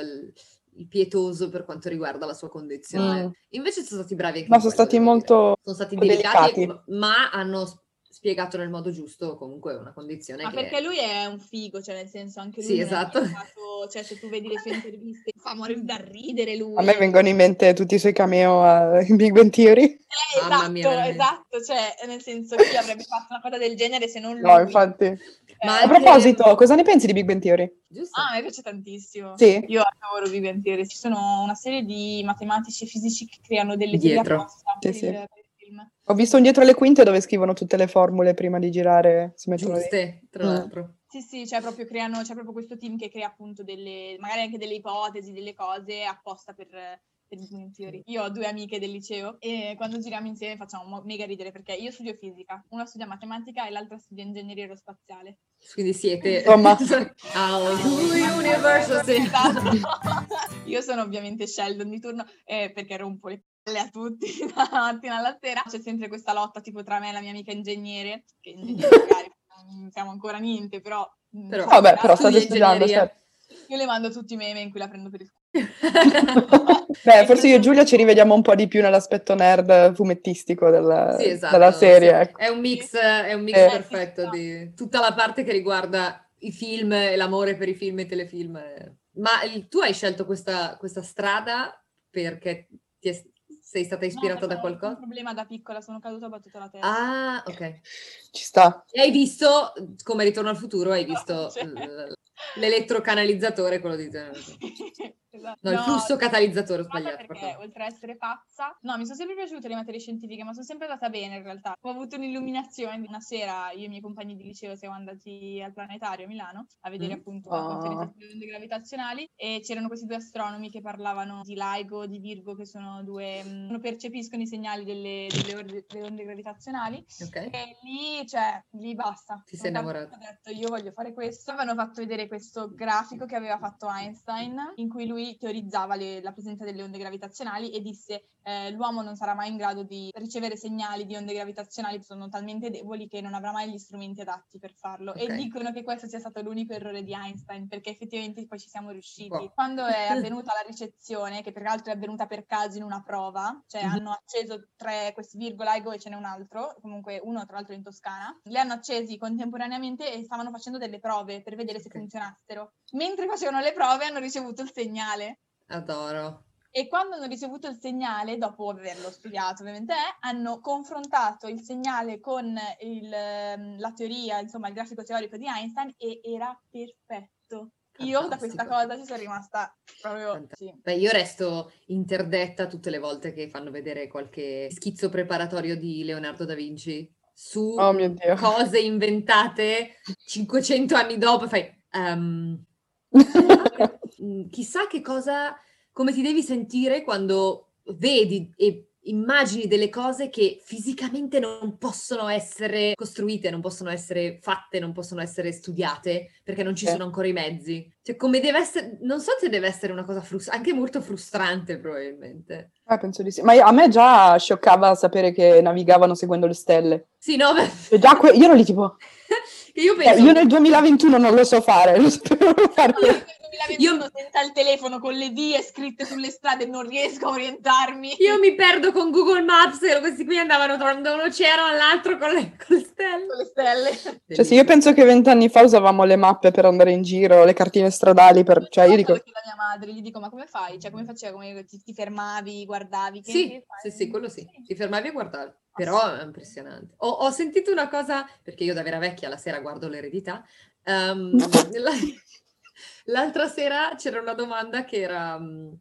B: il pietoso per quanto riguarda la sua condizione.
A: Mm.
B: Invece sono stati bravi anche
A: No,
B: in
A: sono
B: quello,
A: stati
B: devo dire.
A: molto
B: sono stati
A: delicati.
B: delicati, ma hanno spiegato nel modo giusto, comunque è una condizione
E: Ma
B: che...
E: perché lui è un figo, cioè nel senso anche lui
B: Sì,
E: non è
B: esatto.
E: che ha fatto- cioè se tu vedi le sue interviste fa morire da ridere lui.
A: A me vengono in mente tutti i suoi cameo a in Big Bang Theory.
E: Eh,
B: Mamma
E: esatto,
B: mia, veramente.
E: esatto, cioè nel senso chi avrebbe fatto una cosa del genere se non lui.
A: No, infatti.
E: Cioè,
B: Ma-
A: A proposito, cosa ne pensi di Big Bang Theory?
B: Giusto?
E: Ah, mi piace tantissimo.
A: Sì.
E: Io adoro Big Bang Theory. Ci sono una serie di matematici e fisici che creano delle teorie
B: Dietro.
E: apposta
A: Sì,
E: per
A: sì.
E: il- per il film.
A: Ho visto un dietro le quinte dove scrivono tutte le formule prima di girare. Si mettono lì.
B: Giuste, tra
A: Mm.
B: l'altro.
E: Sì, sì, cioè proprio creano, c'è proprio questo team che crea appunto delle, magari anche delle ipotesi, delle cose apposta per, per i Twin Theory. Io ho due amiche del liceo e quando giriamo insieme facciamo mo- mega ridere perché io studio fisica, una studia matematica e l'altra studia ingegneria aerospaziale.
B: Quindi siete...
A: Insomma.
B: Our universe, sì.
E: Esatto. Io sono ovviamente Sheldon di turno eh, perché rompo le palle a tutti dalla mattina alla sera. C'è sempre questa lotta tipo tra me e la mia amica ingegnere, che ingegnere magari non siamo ancora niente, però... mm,
B: Però-
A: Vabbè, però
B: Studi
A: state studiando.
B: ingegneria.
A: aspetta.
E: Io le mando tutti i meme in cui la prendo per il culo.
A: certo. Beh, forse io e Giulia ci rivediamo un po' di più nell'aspetto nerd fumettistico della,
B: Sì, esatto,
A: eh, della serie.
B: sì.
A: ecco.
B: È un mix, è un mix
A: Eh.
B: perfetto di tutta la parte che riguarda i film e l'amore per i film e i telefilm. eh. Ma il- tu hai scelto questa, questa strada perché ti è- sei stata ispirata da
E: No, perché ho Un
B: qualcosa?
E: problema da piccola, sono caduta e ho battuto la testa.
B: Ah, ok.
A: Ci sta.
B: E hai visto, come Ritorno al futuro, hai visto
E: Cioè.
B: l- l'elettrocanalizzatore, quello di... No,
E: Esatto.
B: il flusso catalizzatore, ho
E: sono fatta
B: sbagliato.
E: perché
B: pardon.
E: oltre a essere pazza, no, mi sono sempre piaciute le materie scientifiche, ma sono sempre andata bene in realtà. Ho avuto un'illuminazione. Una sera io e i miei compagni di liceo siamo andati al planetario a Milano a vedere
B: Mm.
E: appunto la
A: Ah.
E: conferenza sulle onde gravitazionali e c'erano questi due astronomi che parlavano di LIGO, di Virgo, che sono due, mm, non percepiscono i segnali delle, delle orde- delle onde gravitazionali
B: Ok.
E: E lì, cioè, lì basta.
B: Ti sei
E: Sono
B: innamorata.
E: capitata, Ho detto, io voglio fare questo. Avevano fatto vedere questo grafico che aveva fatto Einstein, in cui lui teorizzava le- la presenza delle onde gravitazionali e disse eh, l'uomo non sarà mai in grado di ricevere segnali di onde gravitazionali, sono talmente deboli che non avrà mai gli strumenti adatti per farlo.
B: Ok.
E: E dicono che questo sia stato l'unico errore di Einstein, perché effettivamente poi ci siamo riusciti.
B: Wow.
E: Quando è avvenuta la ricezione, che peraltro è avvenuta per caso in una prova, cioè
B: Mhm.
E: hanno acceso tre questi virgolaigo e ce n'è un altro, comunque uno tra l'altro in Toscana, li hanno accesi contemporaneamente e stavano facendo delle prove per vedere se
B: Ok.
E: funzionassero. Mentre facevano le prove hanno ricevuto il segnale.
B: Adoro.
E: E quando hanno ricevuto il segnale, dopo averlo studiato ovviamente, eh, hanno confrontato il segnale con il, ehm, la teoria, insomma il grafico teorico di Einstein e era perfetto. Io da questa
B: Fantastico.
E: cosa ci sono rimasta proprio...
B: Fantastico.
E: Sì.
B: Beh, io resto interdetta tutte le volte che fanno vedere qualche schizzo preparatorio di Leonardo da Vinci su
A: Oh mio Dio.
B: cose inventate 500 anni dopo. Fai, ehm, mm, chissà che cosa, come ti devi sentire quando vedi e immagini delle cose che fisicamente non possono essere costruite, non possono essere fatte, non possono essere studiate perché non ci
A: Sì.
B: sono ancora i mezzi. Cioè, come deve essere, non so se deve essere una cosa frus- anche molto frustrante probabilmente.
A: Ah, penso di sì. Ma io- a me già scioccava sapere che navigavano seguendo le stelle.
B: Sì, no, beh,
A: E già que- io ero lì tipo,
B: che io
A: eh,
B: penso...
A: io nel 2021 non lo so fare, non sapevo
E: Io
A: fare. Cioè,
E: nel 2021 senza il telefono con le vie scritte sulle strade non riesco a orientarmi.
B: Io mi perdo con Google Maps e questi qui andavano tra- da un oceano all'altro con le, con le
E: con
B: stelle.
E: le stelle.
A: Cioè, sì, io penso che vent'anni fa usavamo le mappe per andare in giro, le cartine stradali, per... cioè io dico,
B: Esatto.
E: Lo chiedo a mia madre, gli dico ma come fai? Cioè come faceva? Come ti, ti fermavi, guardavi? Che,
B: Sì,
E: che
B: sì,
E: fai? Ah,
B: sì, quello sì. Ti fermavi a guardarlo. Però è impressionante. Ho, ho sentito una cosa, perché io da vera vecchia la sera guardo l'eredità. ehm, la- l'altra sera c'era una domanda che era... mm,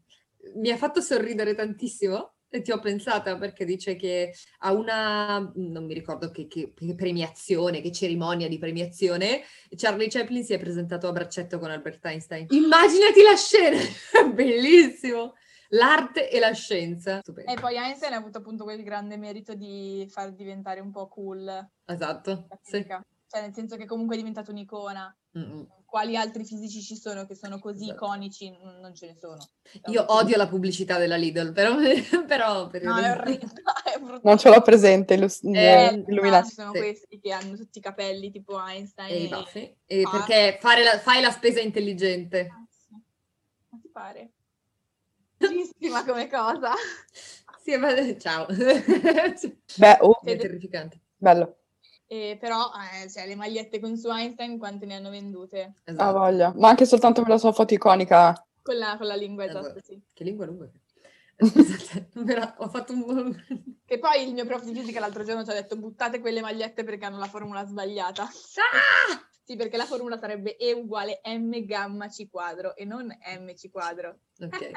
B: mi ha fatto sorridere tantissimo e ti ho pensata perché dice che a una, mm, non mi ricordo che, che- che premiazione, che cerimonia di premiazione, Charlie Chaplin si è presentato a braccetto con Albert Einstein. Immaginati la scena, bellissimo! L'arte e la scienza. Stupendo.
E: E poi Einstein ha avuto appunto quel grande merito di far diventare un po' cool la
B: Esatto. Sì.
E: fisica. Cioè nel senso che comunque è diventato un'icona.
B: Mm, mm.
E: Quali altri fisici ci sono che sono così
B: Esatto.
E: iconici? N- Non ce ne sono.
B: Io odio la pubblicità della Lidl, però... però per
E: No, è orrenda, è brutta.
A: non ce l'ho presente, illu-
B: Eh,
E: ma
A: illuminato.
E: ci sono
B: Sì.
E: questi che hanno tutti i capelli tipo Einstein.
B: E i
E: e-
B: baffi. E
E: Ah.
B: perché fare la- fai la spesa intelligente.
E: Cazzo, Ma ti pare? Bellissima come cosa. Ah.
B: Sì, ma- Ciao. È
A: Beh, oh,
E: Fede-
B: terrificante.
A: bello.
E: Eh, però eh, cioè, le magliette con su Einstein quante ne hanno vendute?
B: Esatto.
A: Ha voglia. Ma anche soltanto quella sua foto iconica.
E: Con la, con la lingua
B: Esatto.
E: esatto, sì.
B: Che lingua lunga. che- Scusate, non me la- ho fatto un volume.
E: Che poi il mio prof di fisica l'altro giorno ci ha detto buttate quelle magliette perché hanno la formula sbagliata. Sì, perché la formula sarebbe E uguale M gamma C quadro e non MC quadro. Eh.
B: Ok.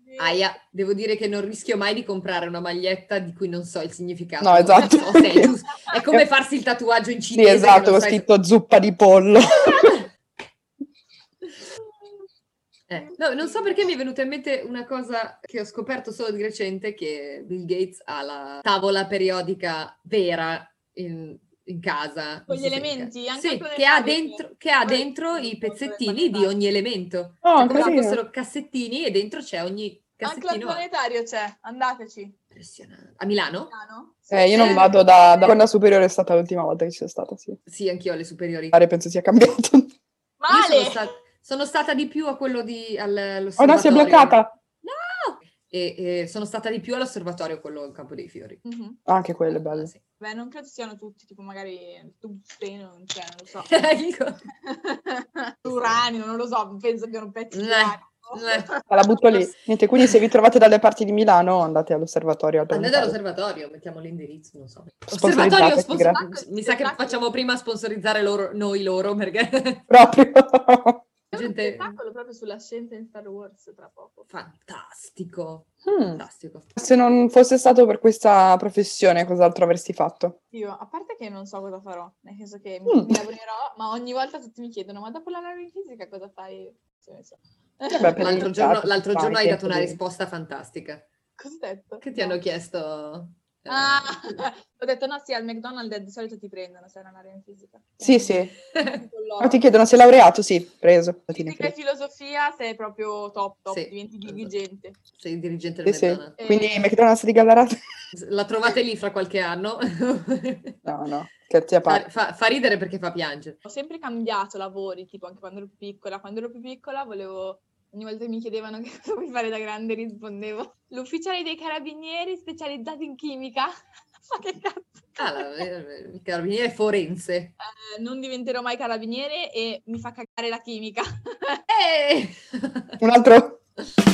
E: Sì.
B: Aia, devo dire che non rischio mai di comprare una maglietta di cui non so il significato.
A: No,
B: Non
A: esatto.
B: so se è, giusto. È come farsi il tatuaggio in
A: Sì,
B: cinese. che
A: esatto,
B: non
A: ho
B: sai-
A: scritto zuppa di pollo.
B: Eh, no, non so perché mi è venuta in mente una cosa che ho scoperto solo di recente, che Bill Gates ha la tavola periodica vera in, in casa. non
E: Con gli
B: so se-
E: elementi, anche
B: Sì,
E: con le
B: che ha,
E: fabbriche.
B: dentro, che ha
E: Poi-
B: dentro i
E: con le
B: pezzettini di
E: fabbriche.
B: ogni elemento.
A: Oh,
B: come se
A: carino.
B: fossero cassettini e dentro c'è ogni
E: Anche al
B: cassettino.
E: planetario c'è, andateci.
B: Impressionante. A Milano?
E: Milano?
A: Eh, io
E: Eh,
A: non vado da, da quando a superiore è stata l'ultima volta che ci sono stata, sì.
B: Sì, anch'io alle superiori.
A: Pare penso sia cambiato.
B: Io sono,
E: Male!
B: sta- sono stata di più a quello di al,
A: Oh no, si è
B: all'osservatorio.
A: bloccata.
B: E, e sono stata di più all'osservatorio quello al Campo dei Fiori.
E: Mhm.
A: Ah, Anche quelle belle.
B: Sì. Ecco.
E: Beh, non credo siano tutti, tipo magari tutte, non c'è, non lo so.
B: Ecco.
E: Uranio, non lo so, penso che un pezzo di
B: Eh,
E: uranio.
A: Ma La butto lì. Niente, quindi se vi trovate dalle parti di Milano andate all'osservatorio. al
B: Andate
A: planetario.
B: all'osservatorio, mettiamo l'indirizzo, non so.
A: Sponsorizzate,
B: Osservatorio sponsor-
E: grazie.
B: Mi sa che facciamo prima sponsorizzare loro, noi loro perché
A: Proprio.
B: la
E: C'è un
B: gente
E: spettacolo proprio sulla scienza in Star Wars tra poco.
B: fantastico,
A: Hmm.
B: fantastico.
A: Se non fosse stato per questa professione, cos'altro avresti fatto?
E: Io, a parte che non so cosa farò, nel senso che
A: Mm.
E: mi, mi lavorerò, ma ogni volta tutti mi chiedono, ma dopo la laurea in fisica cosa fai? Cioè, non so.
A: beh, per-
B: L'altro giorno,
A: Fai,
B: l'altro giorno hai
A: che-
B: dato una risposta fantastica.
E: Cosa ho detto?
B: Che ti hanno chiesto? eh,
E: Ah, ho detto no, sì, al McDonald's di solito ti prendono se hai una laurea in fisica.
A: Sì, sì.
E: Con loro.
A: Ma Ah, ti chiedono se è laureato? Sì, preso. Alla fine,
E: Fisica e
A: preso.
E: filosofia sei proprio top, top,
B: Sì.
E: diventi dirigente.
B: Sei il dirigente del
A: Sì, sì.
B: McDonald's.
E: Eh.
A: Quindi McDonald's di Gallarate?
B: La trovate lì fra qualche anno.
A: No, no, scherzi a parte.
B: fa, fa- fa ridere perché fa piangere.
E: Ho sempre cambiato lavori, tipo anche quando ero più piccola. Quando ero più piccola volevo... Ogni volta che mi chiedevano che cosa vuoi fare da grande rispondevo l'ufficiale dei carabinieri specializzato in chimica. Ma che cazzo?
B: Ah, la- eh, il carabiniere forense.
E: Eh, non diventerò mai carabiniere e mi fa cagare la chimica.
B: Eh!
A: Un altro?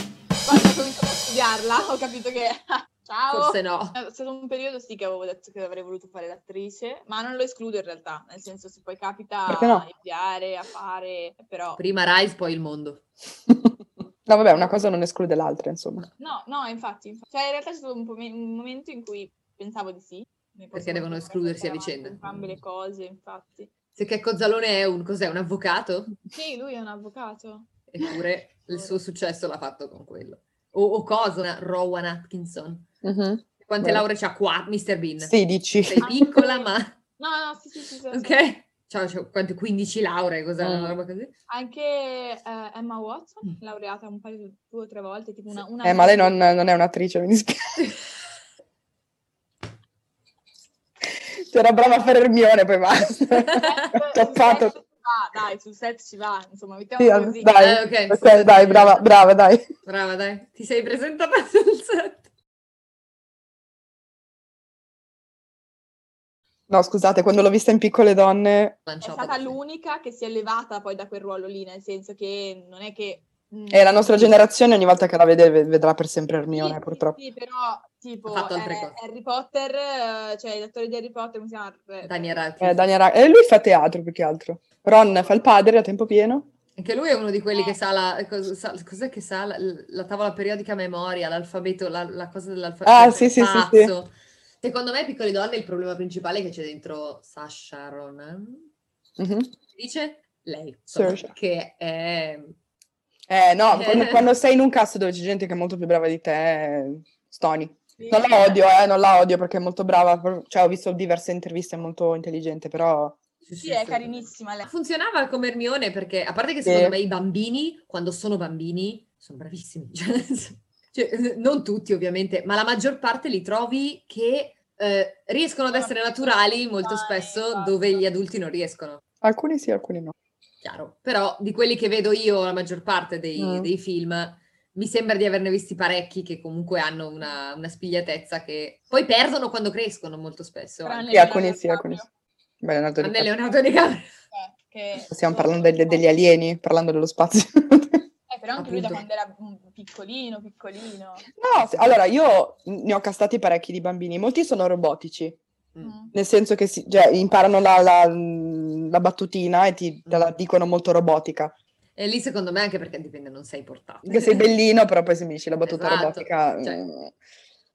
E: Quando ho cominciato a studiarla ho capito che... Ciao! Eh,
B: Forse no.
E: È stato un periodo sì che avevo detto che avrei voluto fare l'attrice, ma non lo escludo in realtà, nel senso se poi capita
A: Perché no?
E: a iniziare, a fare, però...
B: Prima Rise, poi il mondo.
A: No, vabbè, una cosa non esclude l'altra, insomma.
E: No, no, infatti, infatti. Cioè, in realtà c'è stato un, pome- un momento in cui pensavo di sì. nel corso
B: Perché devono
E: della vita,
B: escludersi a
E: portare avanti
B: vicenda.
E: Entrambe le cose, infatti.
B: Se che Cozzalone è un, cos'è, un avvocato?
E: Sì, lui è un avvocato.
B: Eppure il suo successo l'ha fatto con quello. O, o cosa? Una Rowan Atkinson.
A: Mhm.
B: Quante
A: Beh.
B: lauree c'ha qua, Mr. Bean?
A: 16.
B: Sei piccola, ma...
E: No, no, sì, sì, sì. sì, sì.
B: Ok? Ciao, ciao, quante 15 lauree, cos'è una
A: Mm.
B: roba così?
E: Anche eh, Emma Watson, laureata un paio, due o tre volte, tipo una... una
A: Eh, ma lei non, non è un'attrice, mi dispiace. C'era brava a fare Hermione, poi basta. Ho
E: Sul set
A: toppato.
E: ci va, dai, sul set ci va, insomma, mettiamo
A: Sì,
E: così.
A: dai,
B: Eh, ok,
A: ok,
B: scusate.
A: dai, brava, brava, dai.
B: Brava, dai. Ti sei presentata sul set.
A: No, scusate, quando l'ho vista in Piccole Donne
E: È
B: Lanciava
E: stata
B: da sé.
E: l'unica che si è levata poi da quel ruolo lì, nel senso che non è che... mm,
A: e la nostra generazione ogni volta che la vede ve- vedrà per sempre
E: Sì,
A: Hermione,
E: sì,
A: purtroppo.
E: Sì, però tipo
B: Ha fatto altre
E: eh,
B: cose.
E: Harry Potter, eh, cioè l'attore di Harry Potter, come si chiama? Eh,
B: Daniel Radcliffe.
A: Eh, Daniel Ra- eh, lui fa teatro più che altro. Ron fa il padre a tempo pieno.
B: Anche lui è uno di quelli
E: Eh.
B: che sa la... cos- sa- cos'è che sa? La, la tavola periodica a memoria, l'alfabeto, la, la cosa dell'alfabeto.
A: Ah, sì, sì, sì, sì.
B: Pazzo. Secondo me, Piccole Donne, il problema principale è che c'è dentro Sasha Ronan.
A: Mhm.
B: Dice lei, insomma,
A: Saoirse.
B: che è...
A: Eh no, quando,
B: Eh.
A: quando sei in un cast dove c'è gente che è molto più brava di te, eh, stoni.
E: sì.
A: Non la odio, eh, non la odio perché è molto brava, pro- cioè ho visto diverse interviste, è molto intelligente, però...
E: Sì, è carinissima lei.
B: Funzionava come Hermione perché, a parte che secondo
A: Sì.
B: me i bambini, quando sono bambini, sono bravissimi. Cioè, cioè, non tutti ovviamente, ma la maggior parte li trovi che eh, riescono ad essere naturali molto spesso dove gli adulti non riescono.
A: Alcuni sì, alcuni no.
B: Chiaro. Però di quelli che vedo io, la maggior parte dei,
A: Mm.
B: dei film, mi sembra di averne visti parecchi che comunque hanno una, una spigliatezza che poi perdono quando crescono molto spesso.
E: Tranne
B: anche.
A: Sì, alcuni sì,
E: Leonardo
A: alcuni
E: DiCaprio.
A: Beh, Leonardo
B: A
A: DiCaprio.
B: me Leonardo DiCaprio.
E: Cioè, che-
A: Stiamo parlando degli, degli alieni, parlando dello spazio. no,
E: Eh, però anche lui
B: Appunto.
E: da quando era mm, piccolino, piccolino.
A: se- allora io ne ho castati parecchi di bambini, molti sono robotici.
E: Mm.
A: Nel senso che si- cioè, imparano la, la- la battutina e ti te la dicono molto robotica.
B: E lì secondo me anche perché dipende, non sei portato.
A: Che sei bellino, però poi se mi dici la battuta
B: Esatto,
A: robotica...
B: cioè.
A: mm.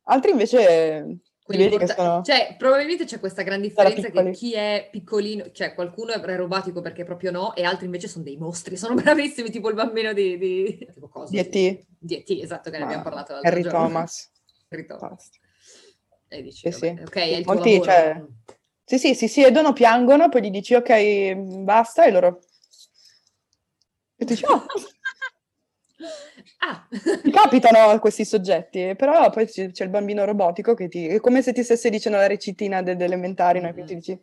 A: Altri invece... li
B: Quelli
A: vedi che
B: porta-
A: sono-
B: Cioè, probabilmente c'è questa gran
A: Sarà
B: differenza che
A: piccoli.
B: chi è piccolino, cioè qualcuno è robotico perché proprio no, e altri invece sono dei mostri, sono bravissimi, tipo il bambino di... di... Tipo cosa?
A: Di E.T.?
B: Di E.T., esatto, che ne
A: Ma-
B: abbiamo parlato l'altro
A: Harry
B: giorno.
A: Thomas.
B: Harry Thomas.
A: Basta.
B: E dici,
A: Sì, sì.
B: vabbè, ok, è il tuo
A: Molti,
B: lavoro.
A: cioè- Sì, sì, si siedono, piangono, poi gli dici ok, mm, basta, e loro... E tu dici, oh,
B: Ah!
A: ti capitano questi soggetti, però poi c- c'è il bambino robotico che ti... È come se ti stesse dicendo la recitina delle elementari, no? E quindi dici...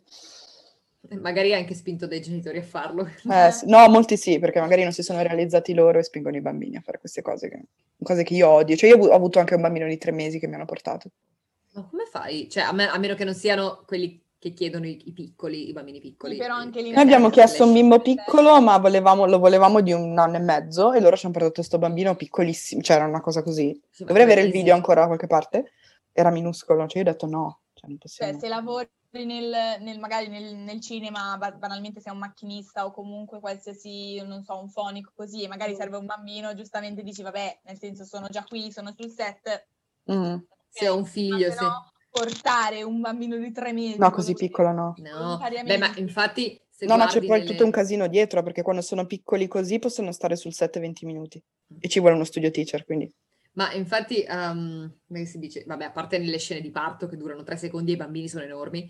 B: Magari anche spinto dai genitori a farlo.
A: Eh, s- no, molti sì, perché magari non si sono realizzati loro e spingono i bambini a fare queste cose che, cose che io odio. Cioè, io ho avu- ho avuto anche un bambino di tre mesi che mi hanno portato.
B: Ma come fai? Cioè, a, me- a meno che non siano quelli che chiedono i, i piccoli, i bambini piccoli. Eh,
E: Però anche lì-
A: Noi abbiamo chiesto un bimbo
E: Sì.
A: piccolo, ma volevamo- lo volevamo di un anno e mezzo e loro ci hanno portato questo bambino piccolissimo, cioè era una cosa così.
B: Sì, ma
A: Dovrei avere il
B: bellissimo.
A: video ancora da qualche parte. Era minuscolo, cioè io ho detto no, cioè non possiamo.
E: Cioè, se lavori nel, nel- magari nel, nel cinema, ba- banalmente sei un macchinista o comunque qualsiasi, non so, un fonico così, e magari serve un bambino, giustamente dici, vabbè, nel senso sono già qui, sono sul set.
A: Mm.
B: Se ho un figlio,
E: Eh, Ma se no, portare un bambino di tre mesi.
A: No, così
E: così,
A: piccolo no.
B: No,
E: volontariamente.
B: beh, ma infatti se
A: No, ma c'è
B: guardi
A: poi
B: nelle-
A: tutto un casino dietro, perché quando sono piccoli così possono stare sul set 20 minuti e ci vuole uno studio teacher, quindi...
B: Ma infatti, ehm, come si dice, vabbè, a parte nelle scene di parto che durano tre secondi e i bambini sono enormi.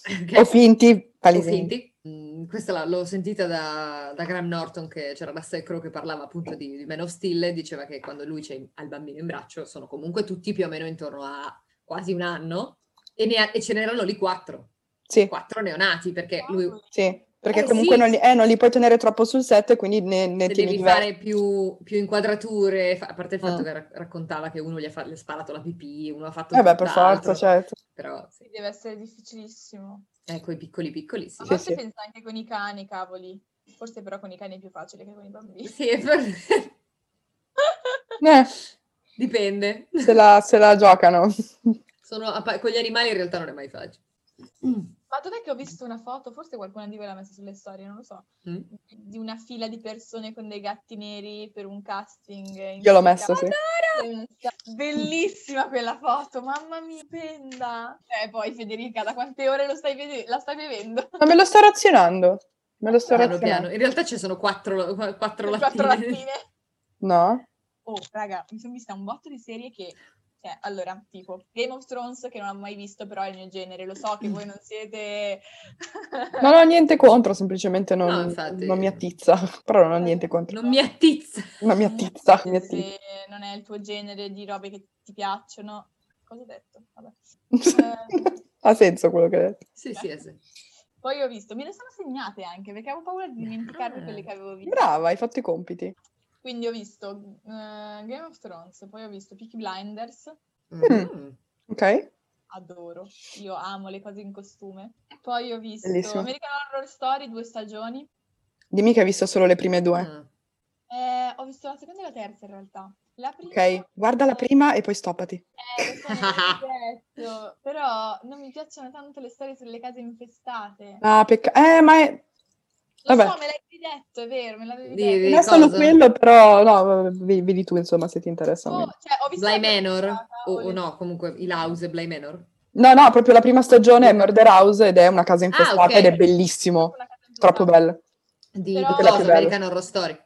B: ok?
A: O finti,
B: Eh. O
A: palesemente.
B: finti. Mm, Questa la- l'ho sentita da, da Graham Norton, che c'era Russell Crowe che parlava appunto di, di Man of Steel, e diceva che quando lui c'è il bambino in braccio sono comunque tutti più o meno intorno a quasi un anno e, ne ha- e ce n'erano lì quattro,
A: Sì,
B: quattro neonati, perché lui
A: sì, perché
B: Eh,
A: comunque
B: sì.
A: non li, eh, non li puoi tenere troppo sul set, quindi ne, ne
B: se
A: tieni
B: devi
A: diversi.
B: fare più, più inquadrature, fa- a parte il fatto
A: Mm.
B: che ra- raccontava che uno gli ha, fa- gli ha sparato la pipì, uno ha fatto
A: Eh beh, per
B: tutt'altro,
A: forza, certo.
B: però sì,
E: Deve essere difficilissimo.
B: ecco i piccoli
E: A
B: piccolissimi.
A: Sì,
E: volte
A: sì.
E: pensa anche con i cani, cavoli. Forse però con i cani è più facile che con i bambini.
B: Sì, è per-
A: Eh,
B: dipende.
A: se la, se la giocano.
B: Sono a pa- con gli animali in realtà non è mai facile.
A: Mm.
E: Ma dov'è che ho visto una foto? Forse qualcuna di voi l'ha messa sulle storie, non lo so.
B: Mm.
E: Di una fila di persone con dei gatti neri per un casting. in
A: Io l'ho messo, sì.
E: Sicilia. Bellissima quella foto, mamma mia, penda. Eh, poi Federica, da quante ore lo stai vede- la stai bevendo?
A: Ma me lo sto razionando. Me lo sto
B: Piano
A: razionando.
B: piano. In realtà ci sono quattro, qu- quattro
E: Quattro
B: lattine.
E: lattine.
A: No?
E: Oh, raga, mi sono vista un botto di serie che... Cioè, allora, tipo Game of Thrones che non ho mai visto, però è il mio genere. Lo so che voi non siete...
A: Non ho niente contro, semplicemente non,
B: No, infatti.
A: non mi attizza. Però non ho niente contro.
B: Non mi attizza.
A: Non mi attizza. mi attizza.
E: se non è il tuo genere di robe che ti piacciono. Cosa ho detto? Vabbè.
A: ha senso quello che hai detto.
B: Sì, sì, sì.
E: Poi ho visto, me le sono segnate anche perché avevo paura di dimenticarmi
B: Ah.
E: quelle che avevo visto.
A: Brava, hai fatto i compiti.
E: Quindi ho visto eh, Game of Thrones, poi ho visto Peaky Blinders,
B: Mm.
A: Ok?
E: adoro, io amo le cose in costume. Poi ho visto
A: Bellissimo.
E: American Horror Story, due stagioni.
A: Dimmi che hai visto solo le prime due.
B: Ah.
E: Eh, ho visto la seconda e la terza in realtà. La prima
A: Ok? Guarda la prima e poi stoppati.
E: Eh, lo so, l'ho detto, però non mi piacciono tanto le storie sulle case infestate.
A: Ah, peccato. Eh, ma è...
E: Lo
A: vabbè.
E: so, me l'hai detto, è vero, me l'avevi
B: Di-
E: detto.
B: di-
A: Non è solo
B: cosa?
A: quello, però no, vedi, vedi tu insomma se ti interessa. o
E: Oh,
A: meno.
E: cioè, ho visto
B: Bly
E: la prima
B: Manor?
E: puntata,
B: O,
E: ho
B: o no, comunque il house è Bly Manor.
A: No, no, proprio la prima stagione è Murder House ed è una casa infestata
B: Ah, ok.
A: ed è
E: letto
A: bellissimo,
E: una casa
A: troppo
E: infestata.
A: bello.
B: Di
E: Però-
B: cosa?
A: Quella più bella.
B: American Horror Story.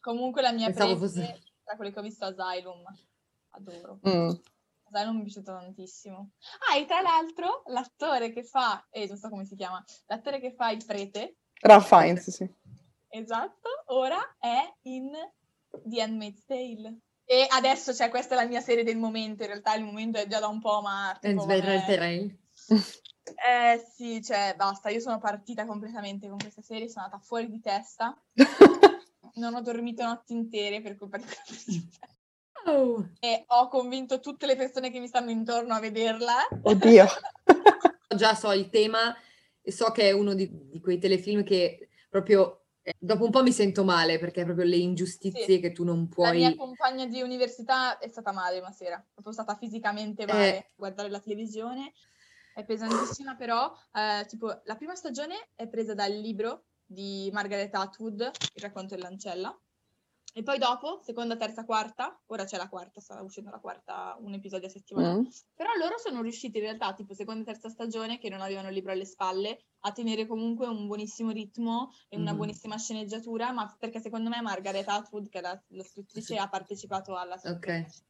E: Comunque la mia
B: Pensavo
E: presa
B: fosse-
E: tra quelle che ho visto Asylum. Adoro.
A: Mm.
E: Asylum mi è piaciuto tantissimo. Ah, e tra l'altro l'attore che fa, eh, non so come si chiama, l'attore che fa il prete,
A: Ralph Fiennes, sì.
E: esatto, ora è in The Handmaid's Tale. E adesso, cioè, questa è la mia serie del momento, in realtà il momento è già da un po', ma...
B: E
E: tipo,
B: Sverre il
E: vabbè.
B: terrain.
E: Eh sì, cioè basta, io sono partita completamente con questa serie, sono andata fuori di testa, non ho dormito notti intere per colpa di questa serie.
B: Oh.
E: e ho convinto tutte le persone che mi stanno intorno a vederla.
A: Oddio.
B: Già so il tema e so che è uno di, di quei telefilm che proprio eh, dopo un po' mi sento male perché è proprio le ingiustizie
E: Sì.
B: che tu non
E: La
B: puoi...
E: mia compagna di università è stata male una sera, è proprio stata fisicamente male.
B: Eh.
E: Guardare la televisione è pesantissima, però eh, tipo, la prima stagione è presa dal libro di Margaret Atwood, Il racconto dell'ancella. E poi dopo, seconda, terza, quarta, ora c'è la quarta, sarà uscendo la quarta, un episodio a settimana.
A: Mm.
E: Però loro sono riusciti in realtà, tipo seconda e terza stagione, che non avevano il libro alle spalle, a tenere comunque un buonissimo ritmo e una
B: Mm.
E: buonissima sceneggiatura, ma perché secondo me Margaret Atwood, che è la, la scrittrice, ha partecipato alla sua
B: Ok.
E: sceneggiatura.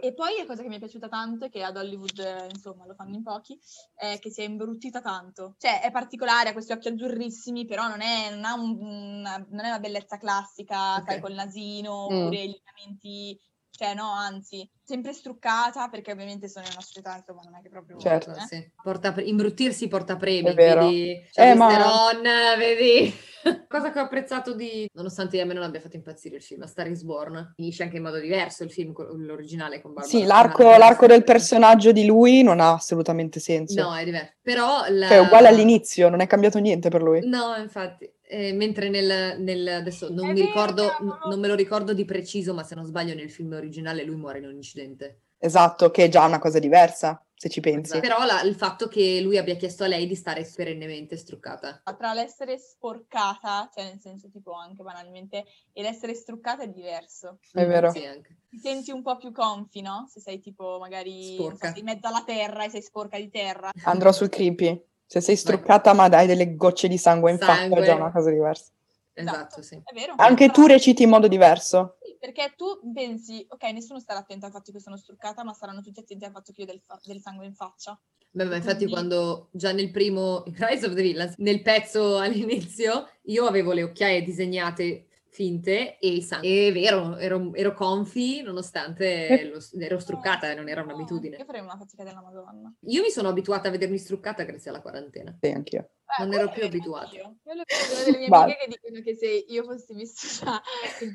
E: E poi la cosa che mi è piaciuta tanto, e che ad Hollywood eh, insomma lo fanno in pochi, è che si è imbruttita tanto. Cioè è particolare, ha questi occhi azzurrissimi, però non è, non ha un- una, non è una bellezza classica,
B: Ok. Mm.
E: sai, col nasino, oppure i lineamenti... Cioè, no, anzi, sempre struccata, perché ovviamente sono in una società, insomma, non è che proprio...
A: Certo.
E: eh.
B: Sì. Porta pre- imbruttirsi porta premi,
A: È vero. Eh,
B: vedi Charlize
A: ma-
B: Theron, vedi cosa che ho apprezzato di nonostante a me non abbia fatto impazzire il film, a Star is Born finisce anche in modo diverso il film quello- l'originale con Barbara
A: Sì,
B: Streisand.
A: l'arco, l'arco del personaggio di lui non ha assolutamente senso.
B: No, è diverso. Però la...
A: Cioè, è uguale all'inizio, non è cambiato niente per lui.
B: No, infatti, Eh, mentre nel, nel- adesso non
E: È
B: mi
E: vero,
B: ricordo
E: cavolo!
B: non me lo ricordo di preciso, ma se non sbaglio nel film originale lui muore in un incidente.
A: Esatto, che è già una cosa diversa, se ci
E: Esatto.
A: pensi.
B: Però la- il fatto che lui abbia chiesto a lei di stare perennemente struccata.
E: Ma tra l'essere sporcata, cioè nel senso tipo anche banalmente, e l'essere struccata è diverso.
A: È vero.
B: Sì, anche.
E: Ti senti un po' più confi, no? Se sei tipo magari non so,
B: Sporca.
E: sei in mezzo alla terra e sei sporca di terra.
A: Andrò sul creepy. Se sei struccata, ma dai delle gocce di sangue in faccia, è
B: Sangue.
A: già una cosa diversa.
B: Esatto, sì.
E: È vero.
A: Anche tu
E: Tra-
A: reciti in modo diverso.
E: sì, Perché tu pensi, ok, nessuno starà attento al fatto che sono struccata, ma saranno tutti attenti al fatto che io ho del, fa- del sangue in faccia.
B: Beh, ma infatti
E: Quindi-
B: quando già nel primo in Rise of the Villains, nel pezzo all'inizio, io avevo le occhiaie disegnate finte e il sangue. È vero, ero, ero confi nonostante lo- ero struccata, non era
E: Io
B: un'abitudine.
E: farei una fatica della Madonna.
B: Io mi sono abituata a vedermi struccata grazie alla quarantena.
A: Sì, anch'io.
E: Eh,
B: Non
E: quello
B: ero più
E: è vero,
B: abituata.
E: anch'io. Quello è una delle mie
A: Vai.
E: amiche che dicono che se io fossi vissuta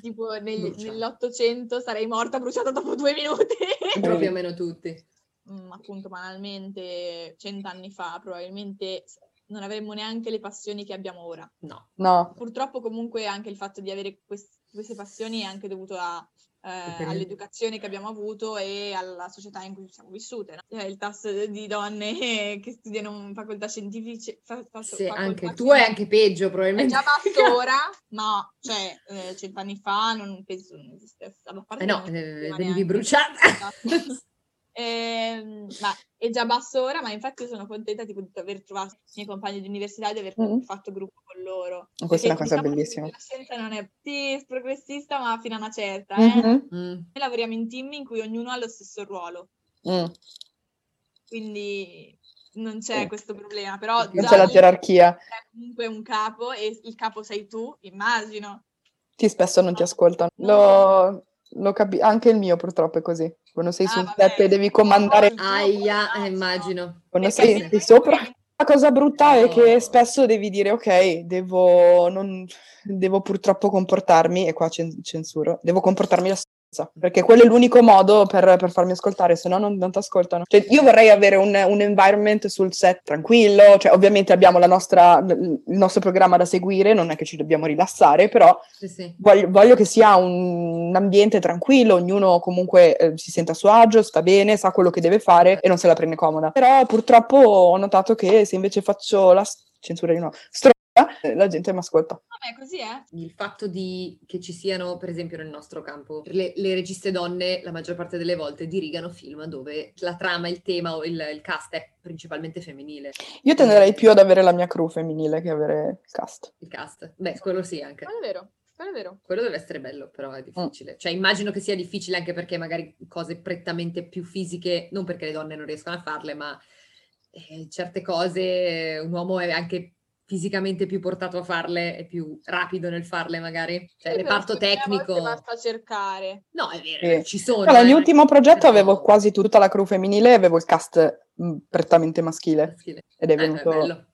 E: tipo nel-
B: Bruciata.
E: nell'Ottocento sarei morta bruciata dopo due minuti.
B: Proprio a meno tutti.
E: Mm, appunto, banalmente, cent'anni fa probabilmente s- non avremmo neanche le passioni che abbiamo ora.
B: No.
A: No,
E: Purtroppo comunque anche il fatto di avere quest- queste passioni è anche dovuto a, eh,
B: periodo.
E: all'educazione che abbiamo avuto e alla società in cui siamo vissute. no? Eh, Il tasso di donne che studiano in facoltà scientifiche... fa- fa-
B: Se
E: facoltà
B: anche tu è anche peggio
E: è
B: probabilmente.
E: già basso ora, ma cioè eh, cent'anni fa non penso non esistesse. Ma a parte
B: Eh no,
E: non esisteva
B: eh, venivi
E: neanche.
B: bruciata.
E: Ehm, ma è già basso ora, ma infatti io sono contenta tipo, di aver trovato i miei compagni di università e di aver
A: Mm.
E: fatto gruppo con loro.
A: questa è una
E: Perché
A: cosa
E: diciamo che
A: bellissima.
E: La scienza non è sì, progressista, ma fino a una certa. eh.
A: Mhm,
B: Mm.
E: Noi lavoriamo in team in cui ognuno ha lo stesso ruolo,
A: mm.
E: quindi non c'è
A: Sì.
E: questo problema. Però
B: Non
A: Non
E: già
A: c'è la
E: lì
A: gerarchia.
E: c'è comunque un capo e il capo sei tu, immagino.
A: Sì, spesso non ti ascoltano. Lo, lo capi- anche il mio purtroppo è così. Quando sei
E: Ah,
A: sul
E: vabbè.
A: set e devi comandare,
E: No,
B: Aia,
E: no,
B: eh, immagino.
A: quando
E: perché
A: sei,
E: se
A: sei
E: no-
A: sopra, la cosa brutta è
B: No.
A: che spesso devi dire ok, devo, non- devo purtroppo comportarmi, e qua cen- censuro, devo comportarmi la stessa, perché quello è l'unico modo per, per farmi ascoltare, se no non, non ti ascoltano. Cioè, io vorrei avere un, un environment sul set tranquillo, cioè ovviamente abbiamo la nostra- il nostro programma da seguire, non è che ci dobbiamo rilassare, però
B: Sì, sì.
A: voglio, voglio che sia un, un ambiente tranquillo, ognuno comunque eh, si senta a suo agio, sta bene, sa quello che deve fare e non se la prende comoda. Però purtroppo ho notato che se invece faccio la s- censura di nuovo, stronza, eh, la gente mi ascolta.
E: Vabbè, così è.
B: il fatto di che ci siano, per esempio, nel nostro campo, le, le registe donne la maggior parte delle volte dirigano film dove la trama, il tema o il, il cast è principalmente femminile.
A: Io tenderei più ad avere la mia crew femminile che avere il cast.
B: Il cast, beh, quello sì anche.
E: Quello è vero, quello è vero.
B: Quello deve essere bello, però
A: Mm.
B: è difficile. Cioè, immagino che sia difficile anche perché magari cose prettamente più fisiche, non perché le donne non riescono a farle, ma eh, certe cose eh, un uomo è anche fisicamente più portato a farle, è più rapido nel farle magari. Cioè,
E: Sì, però
B: reparto
E: secondo me a
B: tecnico...
E: volte Basta cercare.
B: No, è vero,
A: Sì.
B: ci sono.
A: Allora,
B: eh,
A: nell'ultimo progetto
B: però-
A: avevo quasi tutta la crew femminile e avevo il cast mh, prettamente maschile
B: maschile.
A: ed è
B: Eh, beh,
A: venuto
B: bello.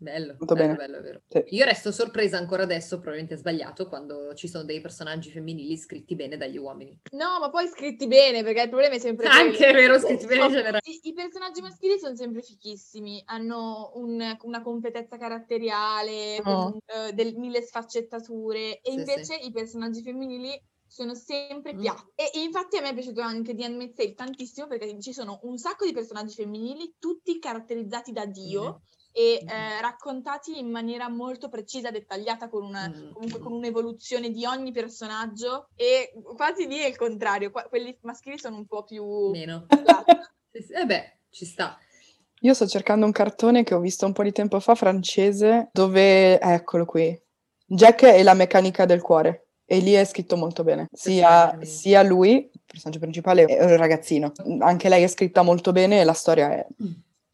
B: Bello,
A: Molto
B: bello,
A: bene.
B: bello, è vero.
A: Sì.
B: Io resto sorpresa ancora adesso, probabilmente sbagliato, quando ci sono dei personaggi femminili scritti bene dagli uomini.
E: No, ma poi scritti bene, perché il problema è sempre quello.
B: Anche è vero, scritti bene in generale.
E: I, i personaggi maschili sono sempre fichissimi, hanno un- una completezza caratteriale,
A: Oh.
E: un- eh, del- mille sfaccettature, e
B: Ah. Sì,
E: invece i personaggi femminili sono sempre
B: Mm.
E: piatti. E, e infatti a me è piaciuto anche di Anne Mazzei tantissimo perché ci sono un sacco di personaggi femminili, tutti caratterizzati da Dio e
B: Mm.
E: eh, raccontati in maniera molto precisa, dettagliata, con una,
B: Mm.
E: comunque con un'evoluzione di ogni personaggio e quasi lì è il contrario, qua- quelli maschili sono un po' più...
B: Meno.
E: piatti.
B: Sì, sì. Eh beh, ci sta.
A: Io sto cercando un cartone che ho visto un po' di tempo fa, francese, dove... Eccolo qui. Jack e la meccanica del cuore. E lì è scritto molto bene. Sia,
B: Personaggio.
A: sia lui, il personaggio principale, è un ragazzino. Anche lei è scritta molto bene e la storia è...
E: Mm.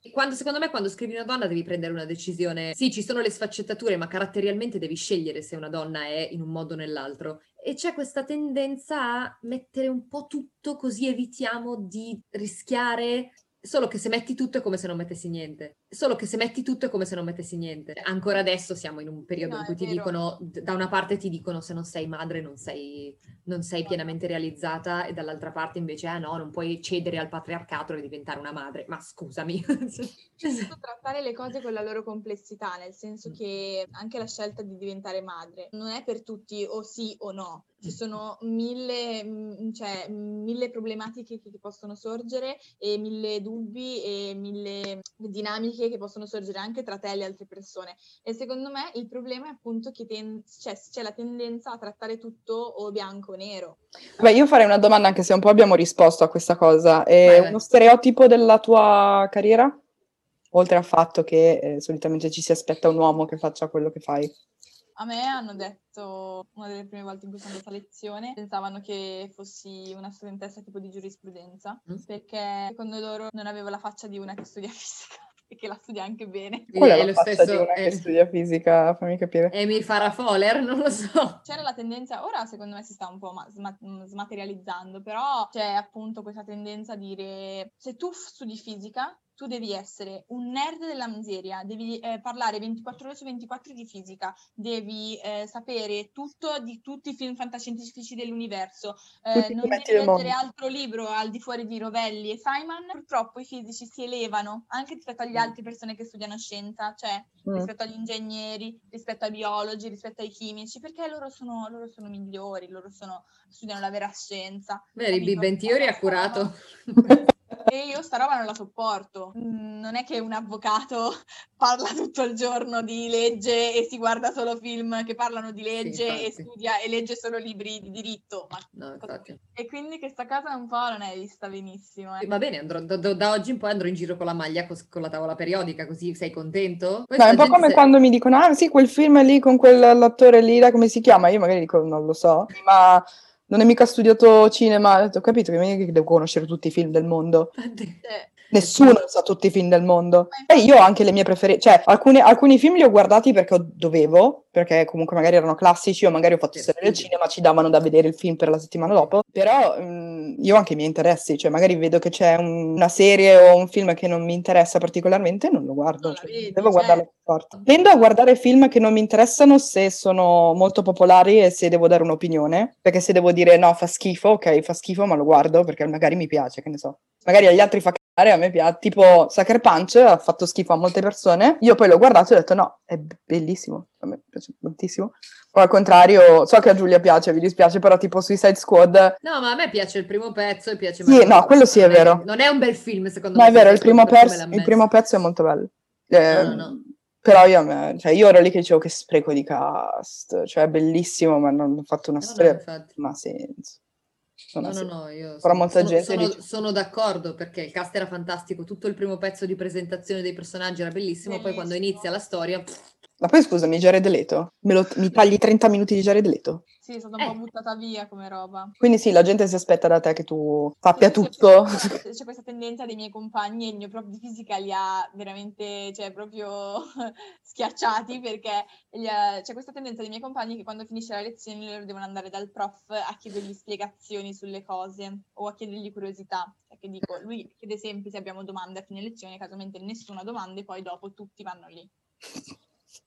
B: E Quando, secondo me, quando scrivi una donna devi prendere una decisione. Sì, ci sono le sfaccettature, ma caratterialmente devi scegliere se una donna è in un modo o nell'altro. E c'è questa tendenza a mettere un po' tutto così evitiamo di rischiare. Solo che se metti tutto è come se non mettessi niente. Solo che se metti tutto è come se non mettessi niente. Ancora adesso siamo in un periodo
E: No,
B: in
E: è
B: cui ti
E: vero.
B: dicono, d- da una parte ti dicono se non sei madre non sei, non sei pienamente realizzata e dall'altra parte invece, ah no, non puoi cedere al patriarcato e diventare una madre. Ma scusami.
E: Bisogna Cioè, trattare le cose con la loro complessità, nel senso che anche la scelta di diventare madre non è per tutti o sì o no. Ci sono mille, mm, cioè, mille problematiche che, che possono sorgere e mille dubbi e mille dinamiche che possono sorgere anche tra te e le altre persone. E secondo me il problema è appunto che ten- cioè, c'è la tendenza a trattare tutto o bianco o nero.
A: Beh, io farei una domanda, anche se un po' abbiamo risposto a questa cosa. È
B: Vai, vai.
A: uno stereotipo della tua carriera? Oltre al fatto che eh, solitamente ci si aspetta un uomo che faccia quello che fai.
E: A me hanno detto una delle prime volte in cui sono andata a lezione, pensavano che fossi una studentessa tipo di giurisprudenza,
B: Mm.
E: perché secondo loro non avevo la faccia di una che studia fisica e che la studia anche bene.
B: Quindi
A: Qual è
B: è
A: la
B: lo
A: faccia di
B: stesso-
A: una che
B: è- Eh,
A: studia fisica? Fammi capire.
B: Amy Farah Fowler, non lo so.
E: C'era la tendenza, ora secondo me si sta un po' ma- sma- mh, smaterializzando, però c'è appunto questa tendenza a dire se tu f- studi fisica, tu devi essere un nerd della miseria, devi eh, parlare 24 ore su 24 di fisica, devi eh, sapere tutto di tutti i film fantascientifici dell'universo, eh,
A: Tutti i
E: non
A: fumetti
E: devi
A: del
E: leggere
A: mondo.
E: altro libro al di fuori di Rovelli e Feynman. Purtroppo i fisici si elevano anche rispetto agli altri persone che studiano scienza, cioè
A: Mm.
E: rispetto agli ingegneri, rispetto ai biologi, rispetto ai chimici, perché loro sono, loro sono migliori, loro sono- studiano la vera scienza.
B: Vedi,
E: capito?
B: Big Bang Theory ha
E: Sta roba-
B: curato.
E: E io sta roba non la sopporto. Mm, Non è che un avvocato parla tutto il giorno di legge e si guarda solo film che parlano di legge e
B: infatti.
E: studia e legge solo libri di diritto. ma-
B: No, infatti.
E: E quindi questa cosa un po' non è vista benissimo. eh.
B: Va bene, andrò, da, da- da oggi in poi andrò in giro con la maglia cos- con la tavola periodica, così sei contento?
A: No,
B: Questa
A: è un po'
B: gente
A: come
B: se-
A: quando mi dicono, ah sì, quel film lì con quell'attore lì, là, come si chiama? Io magari dico, non lo so, ma non è mica studiato cinema. Ho detto, Ho capito che non è che devo conoscere tutti i film del mondo.
E: Cioè,
A: Nessuno sa tutti i film del mondo. E
E: Ma infatti-
A: io ho anche le mie preferenze, cioè alcune- alcuni film li ho guardati perché ho- dovevo, perché comunque magari erano classici o magari ho fatto
B: Per
A: serie del
B: studio.
A: cinema, ci davano da vedere il film per la settimana dopo, però mm, io ho anche i miei interessi, cioè magari vedo che c'è un- una serie o un film che non mi interessa particolarmente, non lo guardo,
E: Non la
A: cioè,
E: vedi, certo.
A: devo guardarlo per forza. Tendo a guardare film che non mi interessano se sono molto popolari e se devo dare un'opinione, perché se devo dire no, fa schifo, ok, fa schifo, ma lo guardo perché magari mi piace, che ne so. Magari agli altri fa fare, a me piace, tipo Sucker Punch ha fatto schifo a molte persone, io poi l'ho guardato e ho detto no, è bellissimo, a me piace tantissimo. Poi al contrario, so che a Giulia piace, mi dispiace, però tipo Suicide Squad,
B: No, ma a me piace il primo pezzo e piace...
A: Sì,
B: Michael
A: no,
B: Jackson.
A: quello sì, è
B: Non
A: vero.
B: Non è un bel film, secondo
A: no
B: me.
A: è vero, il
B: per come
A: primo, pezzo-
B: l'ha
A: il
B: messo.
A: primo pezzo è molto bello. Eh,
B: No, no, no.
A: Però io, a me- cioè, io ero lì che dicevo che spreco di cast, cioè è bellissimo, ma non ho fatto una
B: No, no,
A: storia,
B: infatti.
A: non ha senso. Non
B: No,
A: ha
B: no,
A: senso.
B: no, io
A: Però
B: sono,
A: molta
B: sono-
A: gente
B: sono-
A: dice-
B: sono d'accordo perché il cast era fantastico, tutto il primo pezzo di presentazione dei personaggi era bellissimo, poi quando
E: Bellissimo.
B: inizia la storia... pff,
A: Ma poi scusami, Jared Leto, me lo- mi tagli 30 minuti di Jared Leto?
E: sì, è stata un
B: Eh.
E: po' buttata via come roba.
A: Quindi sì, la gente si aspetta da te che tu sappia
E: Sì, Cioè, c'è-
A: tutto.
E: C'è, c'è questa tendenza dei miei compagni e il mio prof di fisica li ha veramente, cioè, proprio schiacciati perché gli ha- c'è questa tendenza dei miei compagni che quando finisce la lezione loro devono andare dal prof a chiedergli spiegazioni sulle cose o a chiedergli curiosità. Cioè, Perché dico, lui chiede sempre se abbiamo domande a fine lezione, casualmente nessuno ha domande, poi dopo tutti vanno lì.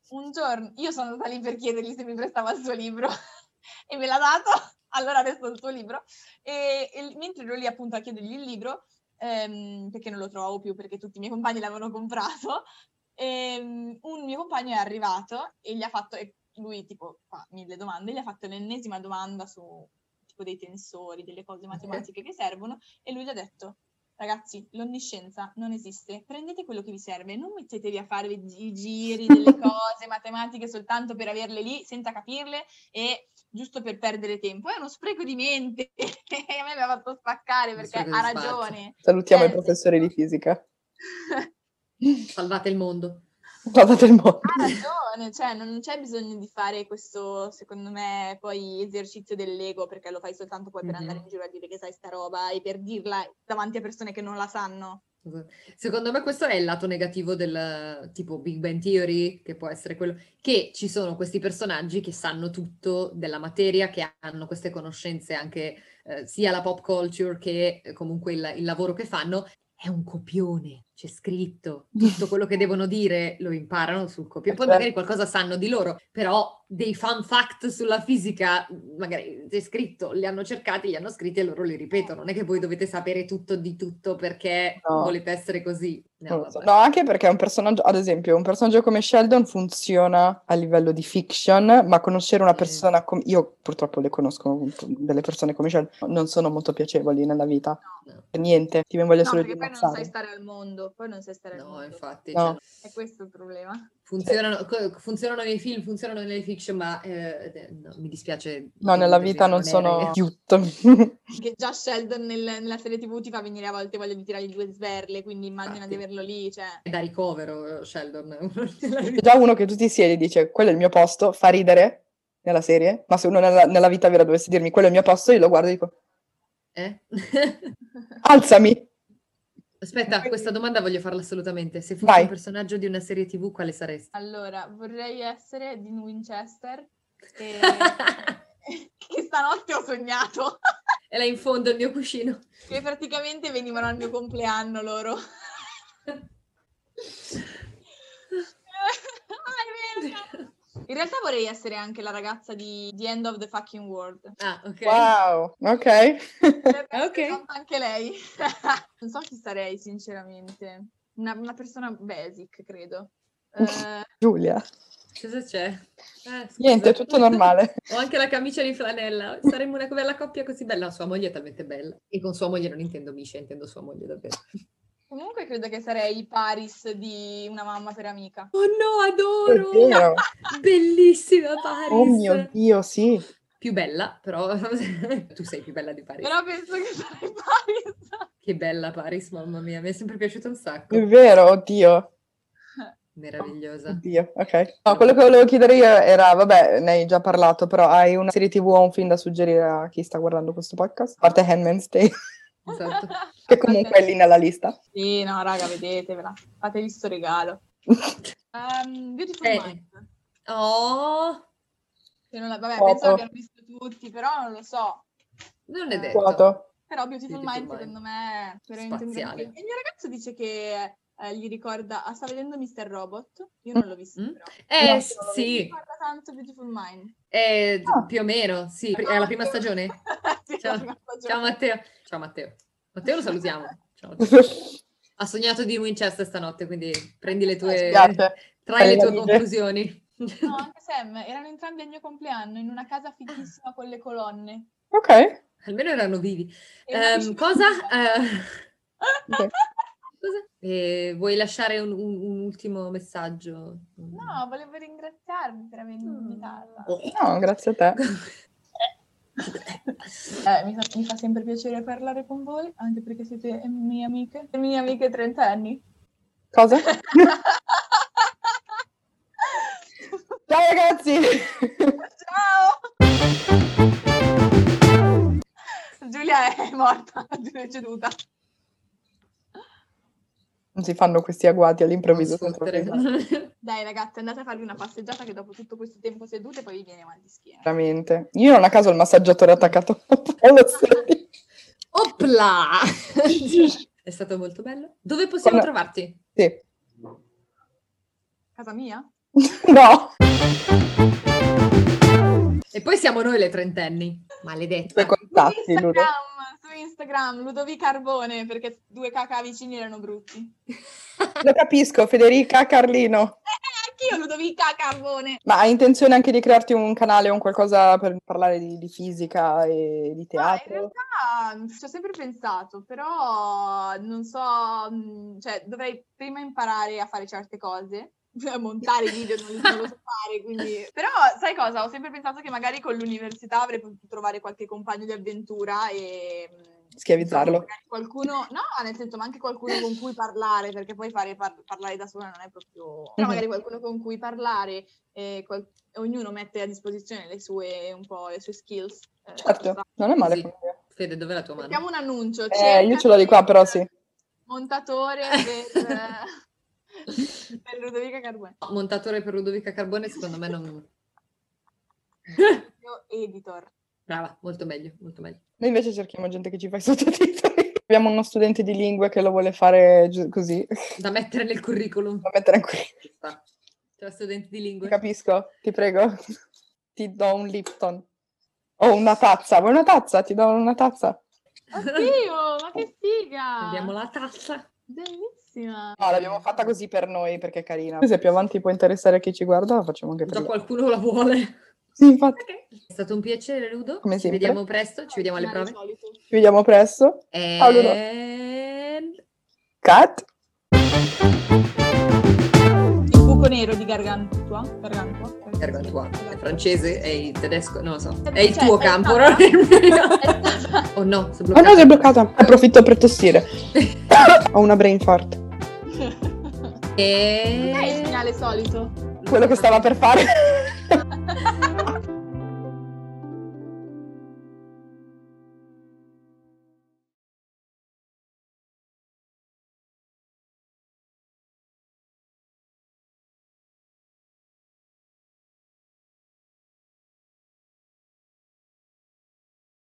E: un giorno io sono andata lì per chiedergli se mi prestava il suo libro e me l'ha dato, allora adesso ho il suo libro. E, e mentre ero lì appunto a chiedergli il libro, ehm, perché non lo trovavo più perché tutti i miei compagni l'avevano comprato, ehm, un mio compagno è arrivato e gli ha fatto, e lui tipo fa mille domande, gli ha fatto l'ennesima domanda su tipo dei tensori, delle cose matematiche che servono e lui gli ha detto Ragazzi, l'onniscienza non esiste. Prendete quello che vi serve, non mettetevi a fare i giri delle cose matematiche soltanto per averle lì senza capirle e giusto per perdere tempo. È uno spreco di mente. e a me mi ha fatto spaccare
B: Uno
E: perché
B: spreco di
E: ha
B: spazio.
E: ragione.
A: Salutiamo
E: Eh,
A: i professori di fisica.
B: Salvate il mondo.
A: Guardate il mondo.
B: Ah,
E: Ha ragione, cioè non non c'è bisogno di fare questo, secondo me, poi esercizio dell'ego perché lo fai soltanto poi per
B: Mhm.
E: andare in giro a dire che sai sta roba e per dirla davanti a persone che non la sanno.
B: Secondo me questo è il lato negativo del tipo Big Bang Theory, che può essere quello che ci sono questi personaggi che sanno tutto della materia, che hanno queste conoscenze anche eh, sia la pop culture che eh, comunque il, il lavoro che fanno. È un copione, c'è scritto, tutto quello che devono dire lo imparano sul copione. Poi
A: Certo.
B: magari qualcosa sanno di loro, però dei fun fact sulla fisica, magari c'è scritto, li hanno cercati, li hanno scritti e loro li ripetono. Non è che voi dovete sapere tutto di tutto perché
A: No.
B: volete essere così.
A: Non
B: No,
A: lo so.
B: vabbè.
A: No, anche perché un personaggio, ad esempio, un personaggio come Sheldon funziona a livello di fiction, ma conoscere una
B: Sì.
A: persona come io purtroppo le conosco delle persone come Sheldon, non sono molto piacevoli nella vita.
B: No.
A: Per Niente, ti voglio
E: No,
A: solo
E: perché poi non sai
A: ammazzare.
E: stare al mondo, poi non sai stare al
B: No,
E: mondo.
B: infatti.
A: No.
B: cioè,
E: È questo il problema.
B: funzionano, co- funzionano nei film, funzionano nelle fiction, ma eh, eh, no, mi dispiace.
A: No, nella vita non sono cute.
E: Che già Sheldon nel- nella serie TV ti fa venire a volte voglia di tirargli due sberle, quindi immagina
B: Infatti.
E: di averlo lì, cioè.
B: È da ricovero, Sheldon.
A: C'è già uno che tu ti siedi e dice quello è il mio posto, fa ridere nella serie, ma se uno nella, nella vita vera dovesse dirmi quello è il mio posto, io lo guardo e dico
B: Eh?
A: alzami,
B: Aspetta, questa domanda voglio farla assolutamente. Se fossi
A: Vai.
B: un personaggio di una serie TV, quale saresti?
E: Allora, vorrei essere Dean Winchester e... che stanotte ho sognato.
B: È là in fondo il mio cuscino.
E: che praticamente venivano al mio compleanno loro. Ah, è vero! In realtà vorrei essere anche la ragazza di The End of the Fucking World.
B: Ah, ok.
A: wow, ok.
E: Dovrebbe essere
B: Ok.
E: pronta Anche lei. non so chi sarei, sinceramente. Una, una persona basic, credo. Eh,
A: Giulia,
B: Cosa c'è? Eh, scusa.
A: niente, è tutto normale.
B: Ho anche la camicia di flanella. Saremmo una bella coppia così bella. Sua moglie è talmente bella. E con sua moglie non intendo Misha, intendo sua moglie davvero.
E: comunque credo che sarei Paris di Una mamma per amica.
B: Oh no,
A: È
B: adoro!
A: vero.
B: Bellissima Paris!
A: Oh mio Dio, sì.
B: Più bella, però tu sei più bella di Paris.
E: Però penso che sarei Paris.
B: Che bella Paris, mamma mia, mi è sempre piaciuta un
A: È
B: sacco.
A: vero, oddio,
B: Meravigliosa.
A: oddio, ok. No, quello che volevo chiedere io era, vabbè, ne hai già parlato, però hai una serie TV o un film da suggerire a chi sta guardando questo podcast? A parte Handmaid's Tale,
B: Esatto.
A: che comunque è lì nella lista.
E: Sì, no, raga, vedetevela. Fatevi sto regalo. Ehm, Beautiful
B: Eh.
E: Mind.
B: Oh,
E: Che non la- vabbè,
A: Foto.
E: penso l'abbiamo visto tutti, però non lo so.
B: non è detto.
A: Vuoto.
E: Però Beautiful,
B: Beautiful
E: Mind,
B: Mind.
E: secondo me è veramente un gran
B: Spaziale.
E: film. E il mio ragazzo dice che eh, gli ricorda, ah, sta vedendo Mr. Robot, io non l'ho visto
B: Mm.
E: però.
B: Eh,
A: No,
E: Mi
B: sì,
E: ricorda tanto Beautiful Mind.
B: eh,
A: Ah.
B: più o meno, sì. È la prima stagione?
E: sì,
B: Ciao.
E: Ah, la prima stagione.
B: Ciao Matteo. Ciao Matteo. Matteo lo salutiamo. Ciao, Matteo. Ha sognato di Winchester stanotte, quindi prendi le
A: Mi
B: tue...
A: spiace.
B: Trai le
A: Fai la
B: tue
A: vite.
B: conclusioni.
E: No, anche Sam, erano entrambi al mio compleanno in una casa fighissima con le colonne.
A: Ok.
B: Almeno erano vivi.
E: E una
B: Ehm,
E: piscina
B: cosa?
E: piccola.
B: Eh, cosa? Eh, vuoi lasciare un, un- un ultimo messaggio?
E: No, volevo ringraziarvi per avermi
B: Mm.
E: invitata.
B: Oh.
A: No, grazie a te.
E: Eh, mi, fa, mi fa sempre piacere parlare con voi, anche perché siete mie amiche, le mie amiche trentenni.
A: Cosa?
E: Ciao!
A: Ciao ragazzi!
E: Giulia è morta, Giulia è ceduta.
A: Non si fanno questi agguati all'improvviso.
B: Non sfottere.
E: Dai ragazzi, andate a farvi una passeggiata che dopo tutto questo tempo sedute poi vi viene mal di schiena.
A: Veramente. Io non a caso ho il massaggiatore attaccato alla sedia.
B: Opla! È stato molto bello. Dove possiamo
A: Con-
B: trovarti?
A: Sì.
E: Casa mia?
A: No,
B: E poi siamo noi le trentenni, maledette.
A: i contatti,
E: su
A: Lulu.
E: Instagram, su Instagram, Ludovic Carbone, perché due caca vicini erano brutti.
A: Lo capisco, Federica, Carlino.
E: Eh, anch'io Ludovica Carbone.
A: Ma hai intenzione anche di crearti un canale o un qualcosa per parlare di, di fisica e di
E: Ma in
A: teatro?
E: realtà mm, ci ho sempre pensato, però non so, mh, cioè dovrei prima imparare a fare certe cose. Cioè, montare video non li- non lo so fare, quindi... Però sai cosa? Ho sempre pensato che magari con l'università avrei potuto trovare qualche compagno di avventura e... mh,
A: Schiavizzarlo.
E: Magari Qualcuno, no, ah, nel senso, ma anche qualcuno con cui parlare, perché poi fare, par- parlare da sola non è proprio.
A: Mm-hmm.
E: Però magari qualcuno con cui parlare, e qual- ognuno mette a disposizione le sue, un po' le sue skills. eh, ci
A: Certo,
E: sta.
A: non è male.
B: Sì.
A: come idea.
B: Fede, dov'è la tua
E: Mettiamo
B: mano?
E: un annuncio.
A: Eh, io ce l'ho di qua, però sì.
E: Montatore per, per Ludovica Carbone.
B: Montatore per Ludovica Carbone, secondo me non...
E: Io editor.
B: Brava, molto meglio, molto meglio.
A: Noi invece cerchiamo gente che ci fa i sottotitoli. Abbiamo uno studente di lingue che lo vuole fare giu- così, da
B: Da mettere nel curriculum.
A: mettere qui.
B: Ci sta. C'è la studente di
A: Ti
B: lingue.
A: capisco, ti prego. Ti do un Lipton. O una tazza. Vuoi una tazza? Ti do una tazza.
E: Ah, Oddio, ma che figa!
B: Abbiamo la tazza.
E: Bellissima.
A: No, l'abbiamo fatta così per noi perché è carina. Se più avanti può interessare a chi ci guarda, la facciamo anche per
B: Già
A: loro.
B: qualcuno la vuole.
A: Sì, infatti.
B: È stato un piacere, Ludo.
A: Come
B: ci
A: sempre.
B: vediamo presto, ci vediamo alle
E: Come al
B: prove.
E: solito.
A: Ci vediamo presto. Ciao, Ludo.
B: And...
A: Cut.
E: Il buco nero di Gargantua. Gargantua.
B: Gargantua.
E: Gargantua.
B: È francese, è il tedesco, non lo so.
E: Cioè, Eh,
B: È il tuo
E: è
B: campo,
E: stata-
B: non è il mio.
E: È stata-
B: Oh no,
A: Oh no,
B: sono bloccata.
A: si è bloccata. Approfitto per tossire. Ho una brain fart.
E: Dai,
B: E... Ehm,
E: il segnale solito.
A: Quello che stava per fare.